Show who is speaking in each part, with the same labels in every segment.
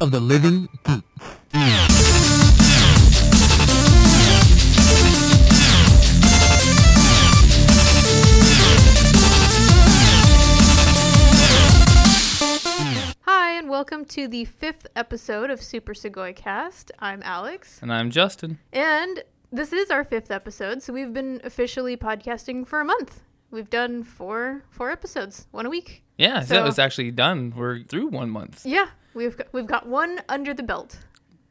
Speaker 1: of the Living Geeks.
Speaker 2: Hi, and welcome to the fifth episode of Super Segoy Cast. I'm Alex,
Speaker 3: And I'm Justin.
Speaker 2: and this is our fifth episode, so we've been officially podcasting for a month. We've done four four episodes, one a week.
Speaker 3: Yeah, so,
Speaker 2: So-
Speaker 3: that was actually done. We're through one month,
Speaker 2: Yeah, we've got, we've got one under the belt.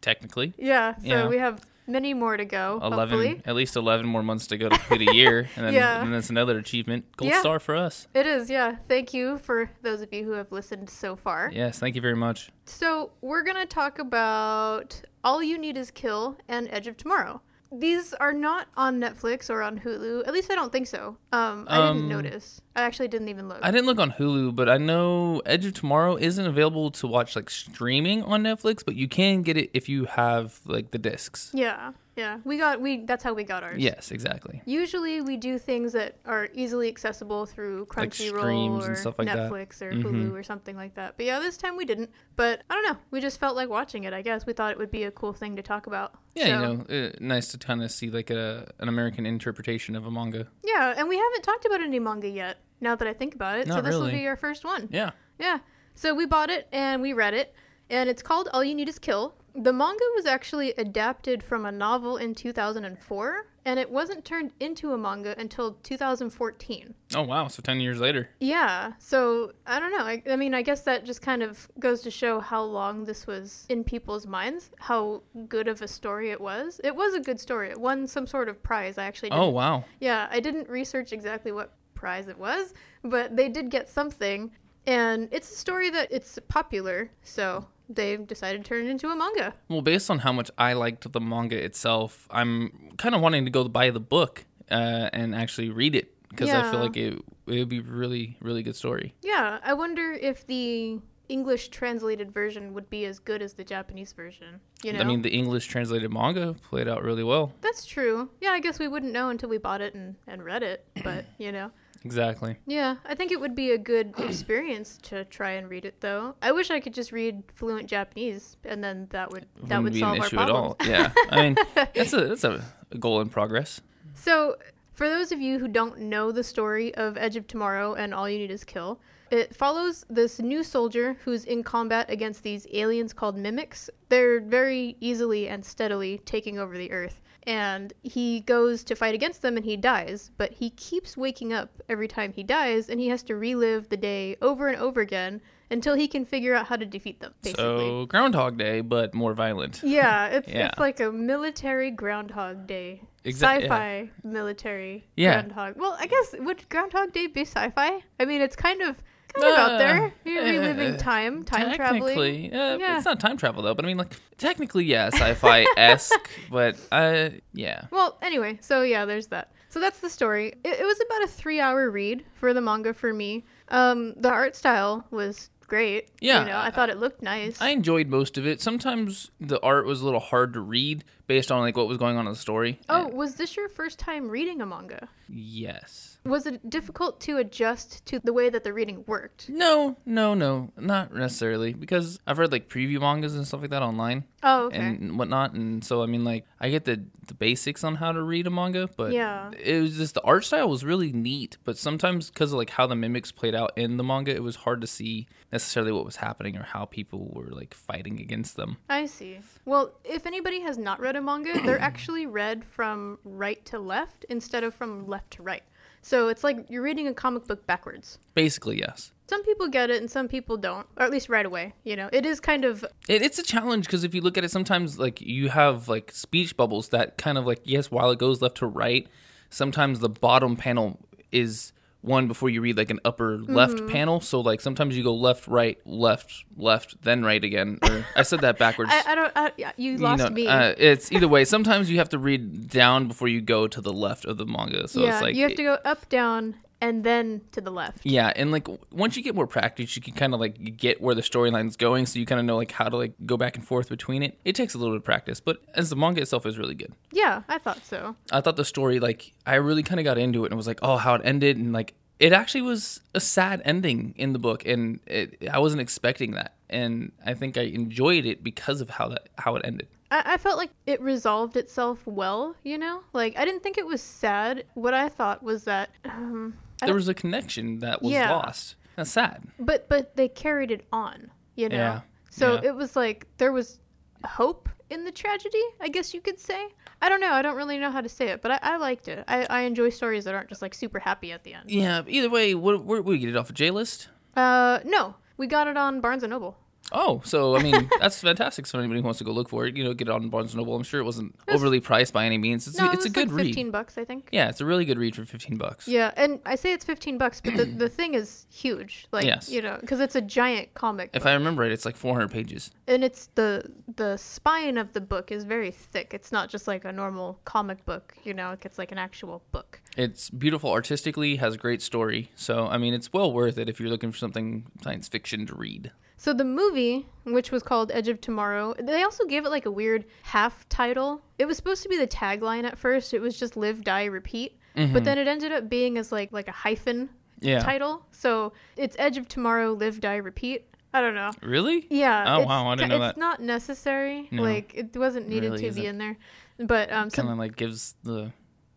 Speaker 3: technically.
Speaker 2: Yeah, so
Speaker 3: Yeah.
Speaker 2: we have many more to go.
Speaker 3: Eleven,
Speaker 2: Hopefully,
Speaker 3: at least eleven more months to go to complete a year, and then,
Speaker 2: Yeah.
Speaker 3: and that's another achievement. Gold
Speaker 2: Yeah.
Speaker 3: star for us.
Speaker 2: it is. Yeah, thank you for those of you who have listened so far.
Speaker 3: Yes, thank you very much.
Speaker 2: So, we're going to talk about All You Need Is Kill and Edge of Tomorrow. These are not on Netflix or on Hulu. At least I don't think so. Um, I didn't
Speaker 3: Um,
Speaker 2: notice. I actually didn't even look.
Speaker 3: I didn't look on Hulu, but I know Edge of Tomorrow isn't available to watch like streaming on Netflix, but you can get it if you have like the discs.
Speaker 2: yeah. Yeah. We got we that's how we got ours.
Speaker 3: Yes, exactly.
Speaker 2: Usually we do things that are easily accessible through
Speaker 3: Like
Speaker 2: Crunchyroll
Speaker 3: streams
Speaker 2: or
Speaker 3: and stuff like that. Mm-hmm.
Speaker 2: Netflix or Hulu or something like that. But yeah, this time we didn't. But I don't know. We just felt like watching it, I guess. We thought it would be a cool thing to talk about.
Speaker 3: Yeah,
Speaker 2: So-
Speaker 3: you know, uh, nice to kind of see like a an American interpretation of a manga.
Speaker 2: Yeah, and we haven't talked about any manga yet. Now that I think about it, so
Speaker 3: Not
Speaker 2: this will
Speaker 3: really.
Speaker 2: be our first one.
Speaker 3: Yeah,
Speaker 2: Yeah. So we bought it and we read it, and it's called All You Need Is Kill. The manga was actually adapted from a novel in 2004, and it wasn't turned into a manga until 2014.
Speaker 3: Oh wow! So ten years later.
Speaker 2: Yeah. So I don't know. I, I mean, I guess that just kind of goes to show how long this was in people's minds, how good of a story it was. It was a good story. It won some sort of prize. I actually didn't
Speaker 3: Oh wow!
Speaker 2: yeah, I didn't research exactly what prize it was, but they did get something. And it's a story that it's popular, so they decided to turn it into a manga.
Speaker 3: Well, based on how much I liked the manga itself, I'm kind of wanting to go buy the book uh, and actually read it because I feel
Speaker 2: Yeah.
Speaker 3: like it it would be really really good story.
Speaker 2: Yeah, I wonder if the English translated version would be as good as the Japanese version. You know,
Speaker 3: I mean, the English translated manga played out really well.
Speaker 2: that's true. Yeah, I guess we wouldn't know until we bought it and, and read it, but you know.
Speaker 3: Exactly.
Speaker 2: Yeah, I think it would be a good experience to try and read it though. I wish I could just read fluent Japanese and then that would that
Speaker 3: Wouldn't
Speaker 2: would
Speaker 3: be
Speaker 2: solve
Speaker 3: an
Speaker 2: our
Speaker 3: issue
Speaker 2: problems.
Speaker 3: at all. Yeah. I mean, that's a that's a goal in progress.
Speaker 2: So, for those of you who don't know the story of Edge of Tomorrow and All You Need Is Kill, it follows this new soldier who's in combat against these aliens called mimics. They're very easily and steadily taking over the Earth. And he goes to fight against them and he dies, but he keeps waking up every time he dies and he has to relive the day over and over again until he can figure out how to defeat them, basically.
Speaker 3: So Groundhog Day, but more violent.
Speaker 2: yeah, it's,
Speaker 3: Yeah.
Speaker 2: it's like a military Groundhog Day.
Speaker 3: Exact- yeah.
Speaker 2: Sci-fi military
Speaker 3: Yeah.
Speaker 2: Groundhog. Well, I guess would Groundhog Day be sci-fi? I mean, it's kind of kind of out
Speaker 3: Uh,
Speaker 2: there. You're reliving
Speaker 3: uh,
Speaker 2: time, time traveling.
Speaker 3: technically, uh,
Speaker 2: Yeah.
Speaker 3: it's not time travel though. But I mean, like technically, yeah, sci-fi esque. but uh, yeah.
Speaker 2: Well, anyway, so yeah, there's that. So that's the story. It, it was about a three-hour read for the manga for me. Um, the art style was great.
Speaker 3: Yeah,
Speaker 2: you know, I,
Speaker 3: I-
Speaker 2: thought it looked nice.
Speaker 3: I enjoyed most of it. Sometimes the art was a little hard to read based on like what was going on in the story.
Speaker 2: oh,
Speaker 3: And-
Speaker 2: was this your first time reading a manga?
Speaker 3: yes.
Speaker 2: Was it difficult to adjust to the way that the reading worked?
Speaker 3: No, no, no, not necessarily because I've read like preview mangas and stuff like that online
Speaker 2: Oh, okay.
Speaker 3: and whatnot, and so I mean like I get the the basics on how to read a manga, but
Speaker 2: Yeah.
Speaker 3: it was just the art style was really neat, but sometimes because of like how the mimics played out in the manga, it was hard to see necessarily what was happening or how people were like fighting against them.
Speaker 2: I see. Well, if anybody has not read a manga, they're actually read from right to left instead of from left to right. So it's like you're reading a comic book backwards.
Speaker 3: Basically, yes.
Speaker 2: Some people get it and some people don't, or at least right away. You know, it is kind of
Speaker 3: It, it's a challenge because if you look at it, sometimes like you have like speech bubbles that kind of like yes, while it goes left to right, sometimes the bottom panel is one before you read like an upper
Speaker 2: Mm-hmm.
Speaker 3: left panel. So like sometimes you go left, right, left, left, then right again. Or, I said that backwards.
Speaker 2: I, I don't I, yeah, you
Speaker 3: You
Speaker 2: lost
Speaker 3: know,
Speaker 2: me.
Speaker 3: Uh, it's either way. Sometimes you have to read down before you go to the left of the manga. So
Speaker 2: yeah,
Speaker 3: it's like
Speaker 2: you have to go up, down, and then to the left.
Speaker 3: yeah, and like w- once you get more practice, you can kind of like get where the storyline's going, so you kind of know like how to like go back and forth between it. It takes a little bit of practice, but as the manga itself is really good.
Speaker 2: Yeah, I thought so.
Speaker 3: I thought the story like I really kind of got into it and was like, oh, how it ended, and like it actually was a sad ending in the book, and it, I wasn't expecting that. and I think I enjoyed it because of how that how it ended.
Speaker 2: I, I felt like it resolved itself well, you know? Like, I didn't think it was sad. What I thought was that. Um, I
Speaker 3: There
Speaker 2: don't-
Speaker 3: was a connection that was
Speaker 2: Yeah.
Speaker 3: lost. That's sad.
Speaker 2: but but they carried it on, you know?
Speaker 3: Yeah,
Speaker 2: So
Speaker 3: yeah.
Speaker 2: it was like there was hope in the tragedy, I guess you could say. I don't know. I don't really know how to say it, but I, I liked it. I, I enjoy stories that aren't just like super happy at the end.
Speaker 3: Yeah. but Either way, we we we get it off of J list.
Speaker 2: Uh, no, we got it on Barnes and Noble.
Speaker 3: Oh, so I mean, that's fantastic. So anybody who wants to go look for it, you know, get it on Barnes and Noble. I'm sure it wasn't overly priced by any means. It's,
Speaker 2: No,
Speaker 3: a, it's
Speaker 2: it was
Speaker 3: a good
Speaker 2: like
Speaker 3: read.
Speaker 2: fifteen bucks, I think.
Speaker 3: Yeah, it's a really good read for 15 bucks.
Speaker 2: Yeah, and I say it's fifteen bucks, but the, the thing is huge. Like
Speaker 3: Yes.
Speaker 2: you know, because it's a giant comic,
Speaker 3: If I remember right, it's like 400 pages.
Speaker 2: and it's the the spine of the book is very thick. It's not just like a normal comic book. You know, it gets like an actual book.
Speaker 3: It's beautiful artistically, has a great story. So, I mean, it's well worth it if you're looking for something science fiction to read.
Speaker 2: So the movie, which was called Edge of Tomorrow, they also gave it like a weird half title. It was supposed to be the tagline at first. It was just live, die, repeat. But then it ended up being as like like a hyphen
Speaker 3: Mm-hmm. Yeah.
Speaker 2: title. So it's Edge of Tomorrow, live, die, repeat. I don't know.
Speaker 3: Really?
Speaker 2: Yeah.
Speaker 3: Oh,
Speaker 2: it's
Speaker 3: wow, I didn't
Speaker 2: ki-
Speaker 3: know
Speaker 2: It's
Speaker 3: that.
Speaker 2: not necessary.
Speaker 3: No.
Speaker 2: Like it wasn't needed
Speaker 3: really
Speaker 2: to
Speaker 3: isn't.
Speaker 2: be in there. But um so
Speaker 3: Kind of like gives the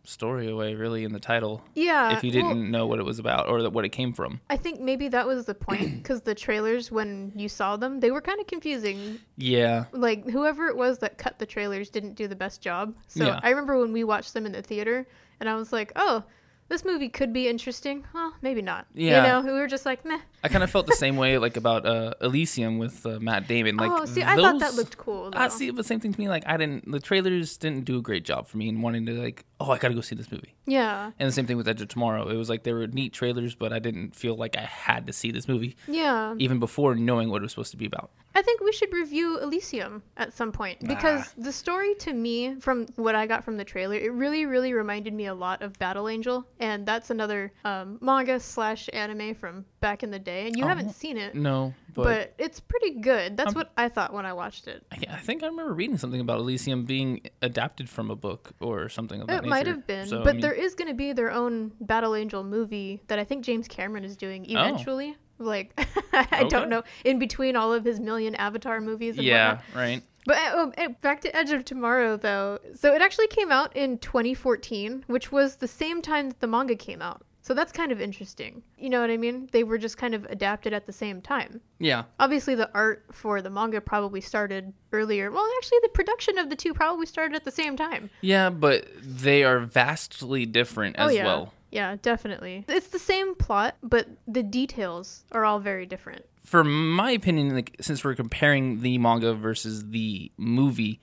Speaker 3: story away, really, in the title.
Speaker 2: yeah.
Speaker 3: if you
Speaker 2: Uh, well,
Speaker 3: didn't know what it was about or that what it came from.
Speaker 2: I think maybe that was the point cuz the trailers when you saw them, they were kind of confusing.
Speaker 3: Yeah.
Speaker 2: like whoever it was that cut the trailers didn't do the best job. So
Speaker 3: Yeah.
Speaker 2: I remember when we watched them in the theater, and I was like, "Oh, this movie could be interesting. Well, maybe not."
Speaker 3: Yeah.
Speaker 2: You know, we were just like, "Meh."
Speaker 3: I kind of felt the same way, like about uh, Elysium with uh, Matt Damon. Like,
Speaker 2: oh, see, I thought that
Speaker 3: those-
Speaker 2: looked cool. Though.
Speaker 3: I see, but same thing to me. Like, I didn't. The trailers didn't do a great job for me in wanting to like. Oh, I gotta go see this movie.
Speaker 2: Yeah,
Speaker 3: And the same thing with Edge of Tomorrow. It was like they were neat trailers, but I didn't feel like I had to see this movie
Speaker 2: yeah.
Speaker 3: even before knowing what it was supposed to be about.
Speaker 2: I think we should review Elysium at some point because the story to me, from what I got from the trailer, it really, really reminded me a lot of Battle Angel, and that's another um, manga slash anime from back in the day. And you
Speaker 3: Oh,
Speaker 2: haven't seen it,
Speaker 3: No, but,
Speaker 2: but it's pretty good. That's what I thought when I watched it.
Speaker 3: I, I think I remember reading something about Elysium being adapted from a book or something of that
Speaker 2: It might
Speaker 3: nature.
Speaker 2: have been,
Speaker 3: So, I
Speaker 2: but
Speaker 3: mean,
Speaker 2: there is going to be their own Battle Angel movie that I think James Cameron is doing eventually. Like, I
Speaker 3: Oh. Okay.
Speaker 2: don't know, in between all of his million Avatar movies and
Speaker 3: Yeah,
Speaker 2: whatnot.
Speaker 3: right.
Speaker 2: But uh, oh, eh, back to Edge of Tomorrow, though. So it actually came out in 2014, which was the same time that the manga came out. So that's kind of interesting. You know what I mean? They were just kind of adapted at the same time.
Speaker 3: Yeah,
Speaker 2: Obviously, the art for the manga probably started earlier. Well, actually, the production of the two probably started at the same time.
Speaker 3: yeah, but they are vastly different as
Speaker 2: Oh, yeah.
Speaker 3: well.
Speaker 2: Yeah, definitely. It's the same plot, but the details are all very different.
Speaker 3: for my opinion, like since we're comparing the manga versus the movie,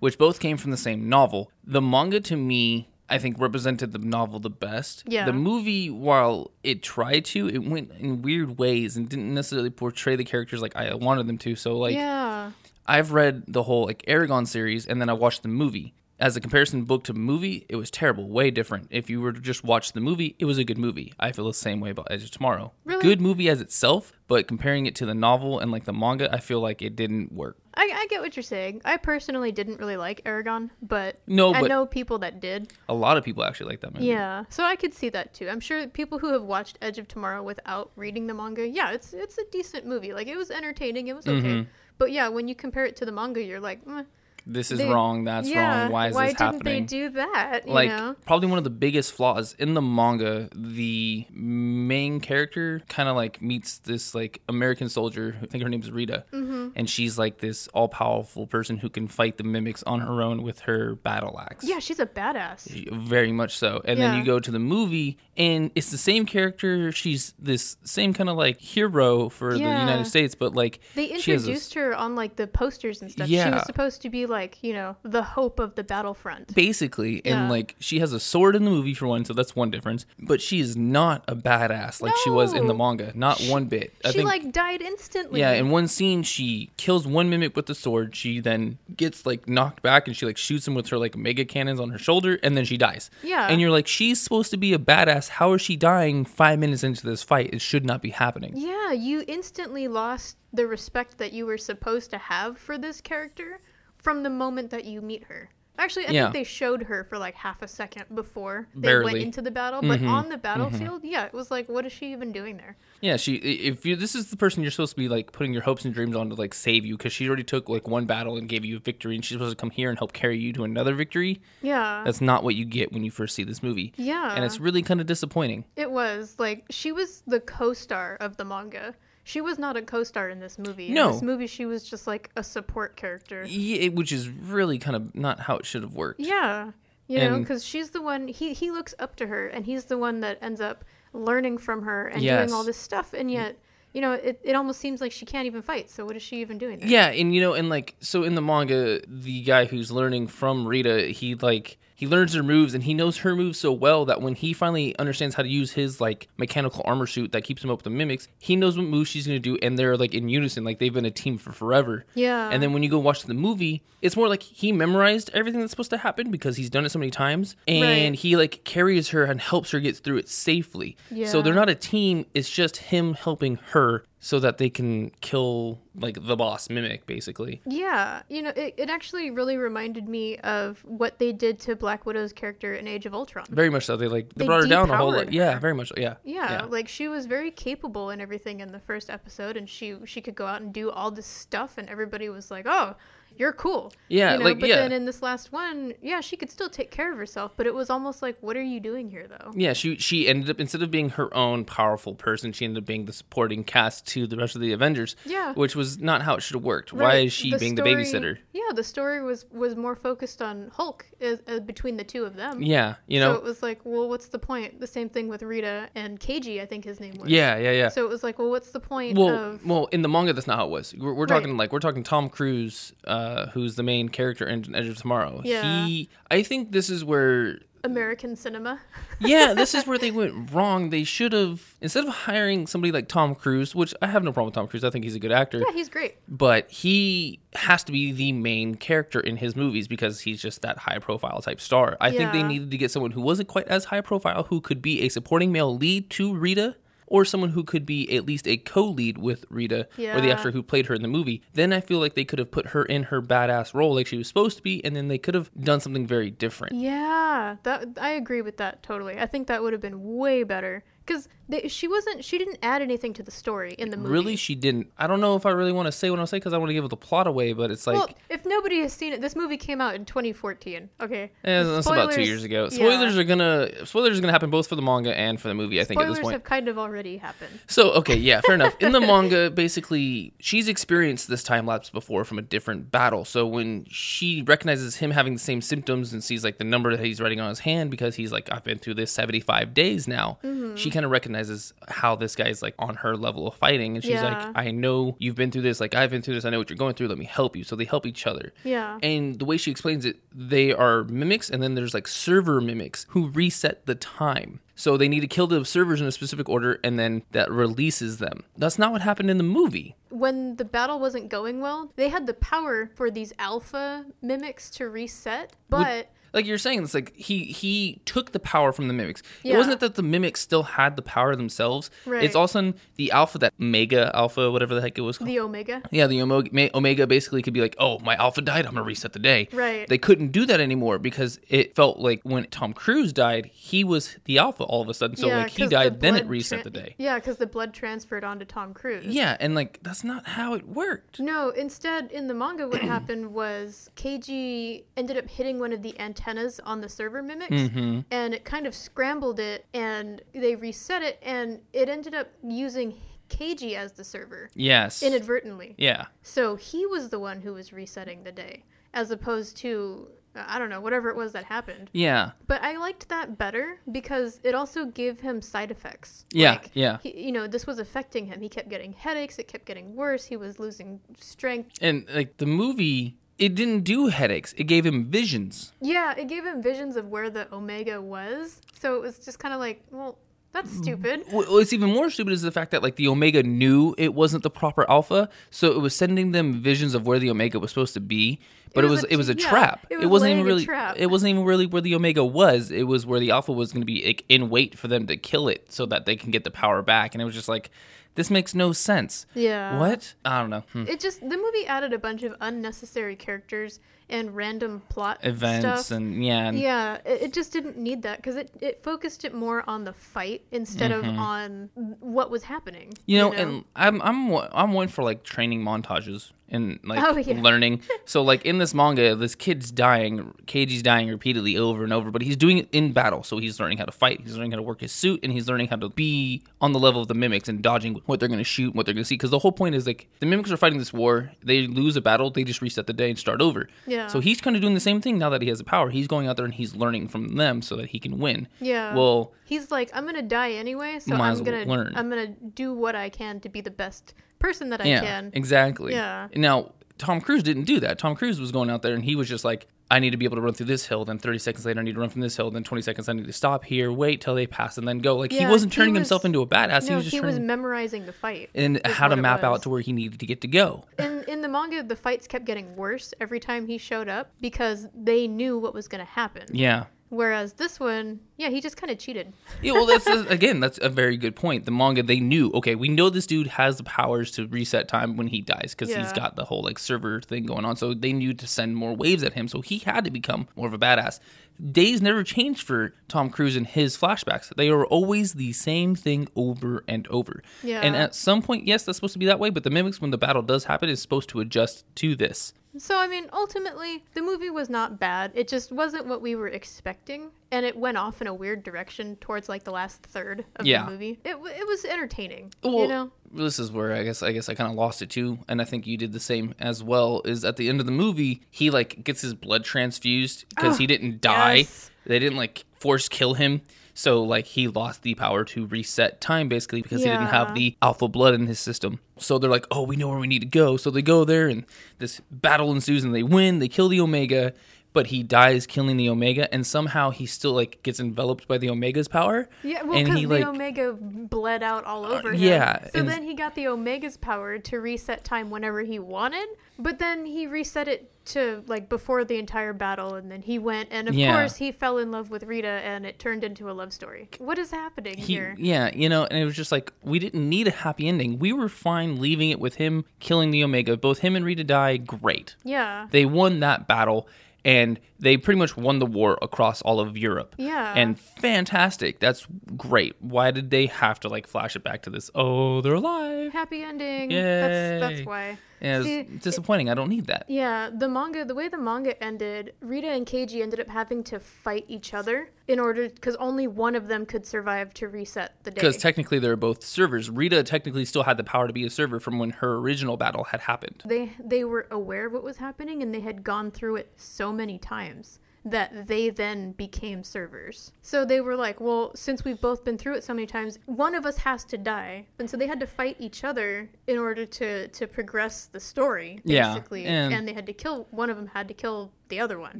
Speaker 3: which both came from the same novel, the manga to me, I think, represented the novel the best.
Speaker 2: Yeah.
Speaker 3: The movie, while it tried to, it went in weird ways and didn't necessarily portray the characters like I wanted them to. So, like,
Speaker 2: yeah.
Speaker 3: I've read the whole like Aragon series and then I watched the movie. As a comparison book to movie, it was terrible, way different. If you were to just watch the movie, it was a good movie. I feel the same way about Edge of Tomorrow.
Speaker 2: Really?
Speaker 3: Good movie as itself, but comparing it to the novel and like the manga, I feel like it didn't work.
Speaker 2: I, I get what you're saying. I personally didn't really like Aragon, but
Speaker 3: No,
Speaker 2: I
Speaker 3: but-
Speaker 2: know people that did.
Speaker 3: A lot of people actually like that movie.
Speaker 2: Yeah, so I could see that too. I'm sure people who have watched Edge of Tomorrow without reading the manga, yeah, it's it's a decent movie. Like it was entertaining, it was okay.
Speaker 3: Mm-hmm.
Speaker 2: But yeah, when you compare it to the manga, you're like, mm,
Speaker 3: This is
Speaker 2: They-
Speaker 3: wrong, that's
Speaker 2: yeah,
Speaker 3: wrong. Why is this
Speaker 2: didn't
Speaker 3: happening?
Speaker 2: they do that? You
Speaker 3: like
Speaker 2: know?
Speaker 3: probably one of the biggest flaws in the manga the main character kind of like meets this like american soldier i think her name's rita
Speaker 2: Mm-hmm.
Speaker 3: and she's like this all-powerful person who can fight the mimics on her own with her battle axe
Speaker 2: Yeah, she's a badass.
Speaker 3: very much so and then
Speaker 2: Yeah.
Speaker 3: you go to the movie and it's the same character she's this same kind of like hero for the
Speaker 2: Yeah.
Speaker 3: united states but like
Speaker 2: They
Speaker 3: she has this-
Speaker 2: introduced her on like the posters and stuff. She
Speaker 3: Yeah.
Speaker 2: was supposed to be like, you know, the hope of the battlefront.
Speaker 3: basically
Speaker 2: Yeah.
Speaker 3: and like she has a sword in the movie for one so that's one difference but she is not a badass like she was in the
Speaker 2: No.
Speaker 3: manga not one bit i
Speaker 2: she
Speaker 3: think
Speaker 2: like died instantly.
Speaker 3: yeah in one scene she kills one mimic with the sword she then gets like knocked back and she like shoots him with her like mega cannons on her shoulder and then she dies
Speaker 2: Yeah.
Speaker 3: and you're like she's supposed to be a badass how is she dying five minutes into this fight it should not be happening
Speaker 2: Yeah, you instantly lost the respect that you were supposed to have for this character from the moment that you meet her. Actually, I
Speaker 3: Yeah.
Speaker 2: think they showed her for like half a second before they went
Speaker 3: Barely. Mm-hmm.
Speaker 2: into the battle, but on the battlefield, yeah, it was like, what is she even doing there?
Speaker 3: Yeah, she. i- If you, this is the person you're supposed to be like putting your hopes and dreams on to like save you, because she already took like one battle and gave you a victory, and she's supposed to come here and help carry you to another victory.
Speaker 2: Yeah,
Speaker 3: That's not what you get when you first see this movie.
Speaker 2: Yeah.
Speaker 3: and it's really kind of disappointing.
Speaker 2: it was like she was the co-star of the manga. She was not a co-star in this movie. in
Speaker 3: No.
Speaker 2: this movie she was just like a support character.
Speaker 3: Yeah, which is really kind of not how it should have worked.
Speaker 2: Yeah, you know, 'cause know,
Speaker 3: And-
Speaker 2: because she's the one he he looks up to her, and he's the one that ends up learning from her and doing
Speaker 3: Yes.
Speaker 2: all this stuff, and yet. You know, it, it almost seems like she can't even fight. So what is she even doing? There?
Speaker 3: Yeah, and you know, and like so in the manga, the guy who's learning from Rita, he like he learns her moves and he knows her moves so well that when he finally understands how to use his like mechanical armor suit that keeps him up with the mimics, he knows what moves she's gonna do and they're like in unison, like they've been a team for forever.
Speaker 2: Yeah.
Speaker 3: And then when you go watch the movie, it's more like he memorized everything that's supposed to happen because he's done it so many times. And
Speaker 2: Right.
Speaker 3: he like carries her and helps her get through it safely. So
Speaker 2: Yeah.
Speaker 3: they're not a team, it's just him helping her so that they can kill like the boss mimic basically.
Speaker 2: Yeah, you know, it, it actually really reminded me of what they did to Black Widow's character in Age of Ultron.
Speaker 3: Very much so. They like they,
Speaker 2: They
Speaker 3: brought her down a whole
Speaker 2: depowered
Speaker 3: lot. Yeah,
Speaker 2: her.
Speaker 3: very much so. Yeah.
Speaker 2: yeah, like she was very capable and everything in the first episode, and she she could go out and do all this stuff, and everybody was like, "Oh, you're cool."
Speaker 3: Yeah,
Speaker 2: you know?
Speaker 3: like,
Speaker 2: but
Speaker 3: yeah.
Speaker 2: then in this last one, yeah, she could still take care of herself, but it was almost like, "What are you doing here, though?"
Speaker 3: Yeah, she she ended up instead of being her own powerful person, she ended up being the supporting cast to the rest of the Avengers.
Speaker 2: Yeah.
Speaker 3: Which was not how it should have worked. Why
Speaker 2: Right,
Speaker 3: is she being the
Speaker 2: story-
Speaker 3: babysitter?
Speaker 2: Yeah, the story was was more focused on Hulk as, as between the two of them.
Speaker 3: Yeah, you know.
Speaker 2: so it was like, well, what's the point? The same thing with Rita and KG, I think his name was.
Speaker 3: yeah, yeah, yeah.
Speaker 2: So it was like, well, what's the point
Speaker 3: well,
Speaker 2: of
Speaker 3: well, in the manga, that's not how it was. We're, we're
Speaker 2: Right.
Speaker 3: talking like we're talking Tom Cruise, uh, who's the main character in Edge of Tomorrow.
Speaker 2: Yeah.
Speaker 3: He, I think this is where,
Speaker 2: American cinema?
Speaker 3: yeah, this is where they went wrong. They should have instead of hiring somebody like Tom Cruise, which I have no problem with Tom Cruise. I think he's a good actor,
Speaker 2: yeah, he's great.
Speaker 3: but he has to be the main character in his movies because he's just that high profile type star. I think they
Speaker 2: Yeah.
Speaker 3: needed to get someone who wasn't quite as high profile, who could be a supporting male lead to Rita, or someone who could be at least a co lead with Rita or the
Speaker 2: Yeah.
Speaker 3: actor who played her in the movie. Then I feel like they could have put her in her badass role like she was supposed to be, and then they could have done something very different.
Speaker 2: Yeah, that I agree with that totally. I think that would have been way better because she wasn't. She didn't add anything to the story in the movie.
Speaker 3: Really, she didn't. I don't know if I really want to say what I'll say because I want to give the plot away, but it's like.
Speaker 2: Well, if nobody has seen it, this movie came out in 2014. Okay,
Speaker 3: Eh,
Speaker 2: The
Speaker 3: that's about two
Speaker 2: spoilers-
Speaker 3: years ago.
Speaker 2: yeah.
Speaker 3: Spoilers are gonna spoilers are gonna happen both for the manga and for the movie. I think at
Speaker 2: Spoilers
Speaker 3: this point.
Speaker 2: have kind of already happened.
Speaker 3: So okay, yeah, fair enough. In the manga, basically, she's experienced this time lapse before from a different battle. So when she recognizes him having the same symptoms and sees like the number that he's writing on his hand because he's like, I've been through this seventy-five days now. She kind of recognizes how this guy's like on her level of fighting, and she's
Speaker 2: Yeah.
Speaker 3: like, I know you've been through this. Like I've been through this. I know what you're going through. Let me help you. So they help each other.
Speaker 2: Yeah.
Speaker 3: And the way she explains it, they are mimics, and then there's like server mimics who reset the time. So they need to kill the servers in a specific order, and then that releases them. That's not what happened in the movie.
Speaker 2: When the battle wasn't going well, they had the power for these alpha mimics to reset, but
Speaker 3: Like you're saying, it's like he he took the power from the mimics.
Speaker 2: Yeah.
Speaker 3: It wasn't that the mimics still had the power themselves.
Speaker 2: Right.
Speaker 3: It's also the alpha that mega alpha, whatever the heck it was called.
Speaker 2: the Omega.
Speaker 3: Yeah, the Omega, Ma- Omega basically could be like, "Oh, my Alpha died. I'm gonna reset the day."
Speaker 2: Right.
Speaker 3: They couldn't do that anymore because it felt like when Tom Cruise died, he was the Alpha all of a sudden. So like he
Speaker 2: 'cause
Speaker 3: died,
Speaker 2: the
Speaker 3: then it
Speaker 2: blood
Speaker 3: reset
Speaker 2: tran-
Speaker 3: the day.
Speaker 2: Yeah, because the blood transferred onto Tom Cruise.
Speaker 3: Yeah, and like that's not how it worked.
Speaker 2: No, instead, in the manga, what happened was KG ended up hitting one of the antennas on the server mimics,
Speaker 3: Mm-hmm.
Speaker 2: and it kind of scrambled it, and they reset it, and it ended up using KG as the server
Speaker 3: Yes.
Speaker 2: inadvertently.
Speaker 3: yeah.
Speaker 2: So he was the one who was resetting the day, as opposed to, uh, I don't know, whatever it was that happened.
Speaker 3: Yeah.
Speaker 2: But I liked that better because it also gave him side effects.
Speaker 3: Yeah,
Speaker 2: Like,
Speaker 3: yeah.
Speaker 2: He, you know, this was affecting him. He kept getting headaches. It kept getting worse. He was losing strength.
Speaker 3: And like the movie, it didn't do headaches. It gave him visions.
Speaker 2: Yeah, it gave him visions of where the Omega was. So it was just kind of like, well, that's
Speaker 3: Mm.
Speaker 2: stupid.
Speaker 3: Wh- What's even more stupid is the fact that like the Omega knew it wasn't the proper Alpha, so it was sending them visions of where the Omega was supposed to be. But it was
Speaker 2: was
Speaker 3: it was
Speaker 2: a
Speaker 3: a,
Speaker 2: t- yeah,
Speaker 3: trap.
Speaker 2: it
Speaker 3: It,
Speaker 2: was
Speaker 3: was not even
Speaker 2: laying a
Speaker 3: really
Speaker 2: trap.
Speaker 3: it wasn't even really where the Omega was. It was where the Alpha was going to be like, in wait for them to kill it so that they can get the power back. And it was just like This makes no sense.
Speaker 2: Yeah.
Speaker 3: What? I don't know. Hmm.
Speaker 2: It just the movie added a bunch of unnecessary characters and random plot
Speaker 3: Events
Speaker 2: stuff.
Speaker 3: and yeah, and
Speaker 2: yeah, it, it just didn't need that because it, it focused it more on the fight instead of on what was happening.
Speaker 3: Mm-hmm. you know, and I'm I'm one- I'm one for like training montages and like
Speaker 2: Oh, yeah.
Speaker 3: learning. So like in this manga, this kid's dying, Keiji's dying repeatedly over and over, but he's doing it in battle. So he's learning how to fight, he's learning how to work his suit, and he's learning how to be on the level of the mimics and dodging what they're going to shoot, and what they're going to see. Because the whole point is like the mimics are fighting this war. They lose a battle, they just reset the day and start over.
Speaker 2: Yeah.
Speaker 3: So he's kind of doing the same thing now that he has the power. He's going out there and he's learning from them so that he can win.
Speaker 2: yeah,
Speaker 3: Well,
Speaker 2: he's like, I'm gonna die anyway, so
Speaker 3: Might
Speaker 2: I'm
Speaker 3: as well
Speaker 2: gonna
Speaker 3: learn.
Speaker 2: I'm gonna do what I can to be the best person that I
Speaker 3: yeah,
Speaker 2: can.
Speaker 3: exactly.
Speaker 2: Yeah.
Speaker 3: Now, Tom Cruise didn't do that. Tom Cruise was going out there and he was just like, I need to be able to run through this hill. Then 30 seconds later, I need to run from this hill. Then 20 seconds, I need to stop here, wait till they pass, and then go. Like, he
Speaker 2: Yeah,
Speaker 3: wasn't
Speaker 2: he
Speaker 3: turning
Speaker 2: was-
Speaker 3: himself into a badass. he
Speaker 2: no,
Speaker 3: was just
Speaker 2: he was
Speaker 3: turning
Speaker 2: memorizing the fight.
Speaker 3: and
Speaker 2: is
Speaker 3: how to
Speaker 2: what it
Speaker 3: map
Speaker 2: was.
Speaker 3: out to where he needed to get to go.
Speaker 2: in in the manga, the fights kept getting worse every time he showed up because they knew what was gonna happen.
Speaker 3: Yeah.
Speaker 2: Whereas this one, yeah, he just kind of cheated.
Speaker 3: yeah, well, that's that's- again, that's a very good point. The manga, they knew, okay, we know this dude has the powers to reset time when he dies because he's
Speaker 2: Yeah.
Speaker 3: got the whole like server thing going on. So they knew to send more waves at him. So he had to become more of a badass. Days never changed for Tom Cruise and his flashbacks. They are always the same thing over and over.
Speaker 2: Yeah.
Speaker 3: And at some point, yes, that's supposed to be that way. But the mimics, when the battle does happen, is supposed to adjust to this.
Speaker 2: So, I mean, ultimately, the movie was not bad. It just wasn't what we were expecting, and it went off in a weird direction towards like the last third of
Speaker 3: Yeah.
Speaker 2: the movie. It, w- it was entertaining,
Speaker 3: Well,
Speaker 2: you know?
Speaker 3: this is where I guess I guess I kind of lost it too, and I think you did the same as well. Is at the end of the movie, he like gets his blood transfused because he didn't die.
Speaker 2: Ah, yes.
Speaker 3: They didn't like force kill him, so like he lost the power to reset time basically because he didn't have
Speaker 2: Yeah.
Speaker 3: the alpha blood in his system. So they're like, oh, we know where we need to go. So they go there, and this battle ensues, and they win. They kill the Omega. But he dies killing the Omega, and somehow he still like gets enveloped by the Omega's power.
Speaker 2: Yeah, well,
Speaker 3: and
Speaker 2: because
Speaker 3: he,
Speaker 2: the
Speaker 3: like- Uh,
Speaker 2: Omega bled out all over him.
Speaker 3: yeah,
Speaker 2: So
Speaker 3: and-
Speaker 2: then he got the Omega's power to reset time whenever he wanted, but then he reset it to like before the entire battle, and then he went, and of
Speaker 3: Yeah.
Speaker 2: course, he fell in love with Rita, and it turned into a love story. What is happening
Speaker 3: he-
Speaker 2: here?
Speaker 3: yeah, you know, and it was just like we didn't need a happy ending. We were fine leaving it with him killing the Omega. Both him and Rita die. Great.
Speaker 2: Yeah.
Speaker 3: They won that battle and they pretty much won the war across all of Europe.
Speaker 2: Yeah.
Speaker 3: And fantastic. That's great. Why did they have to like flash it back to this? Oh, they're alive.
Speaker 2: happy ending. That's
Speaker 3: Yay.
Speaker 2: that's why.
Speaker 3: Yeah, it's
Speaker 2: See,
Speaker 3: disappointing. I don't need that.
Speaker 2: yeah, the manga, the way the manga ended, Rita and Keiji ended up having to fight each other in order because only one of them could survive to reset the day.
Speaker 3: Because technically they're both servers. Rita technically still had the power to be a server from when her original battle had happened.
Speaker 2: they they were aware of what was happening and they had gone through it so many times that they then became servers. So they were like, well, since we've both been through it so many times, one of us has to die. And so they had to fight each other in order to to progress the story
Speaker 3: Yeah,
Speaker 2: basically.
Speaker 3: and-
Speaker 2: and, they had to kill one of them had to kill the other one.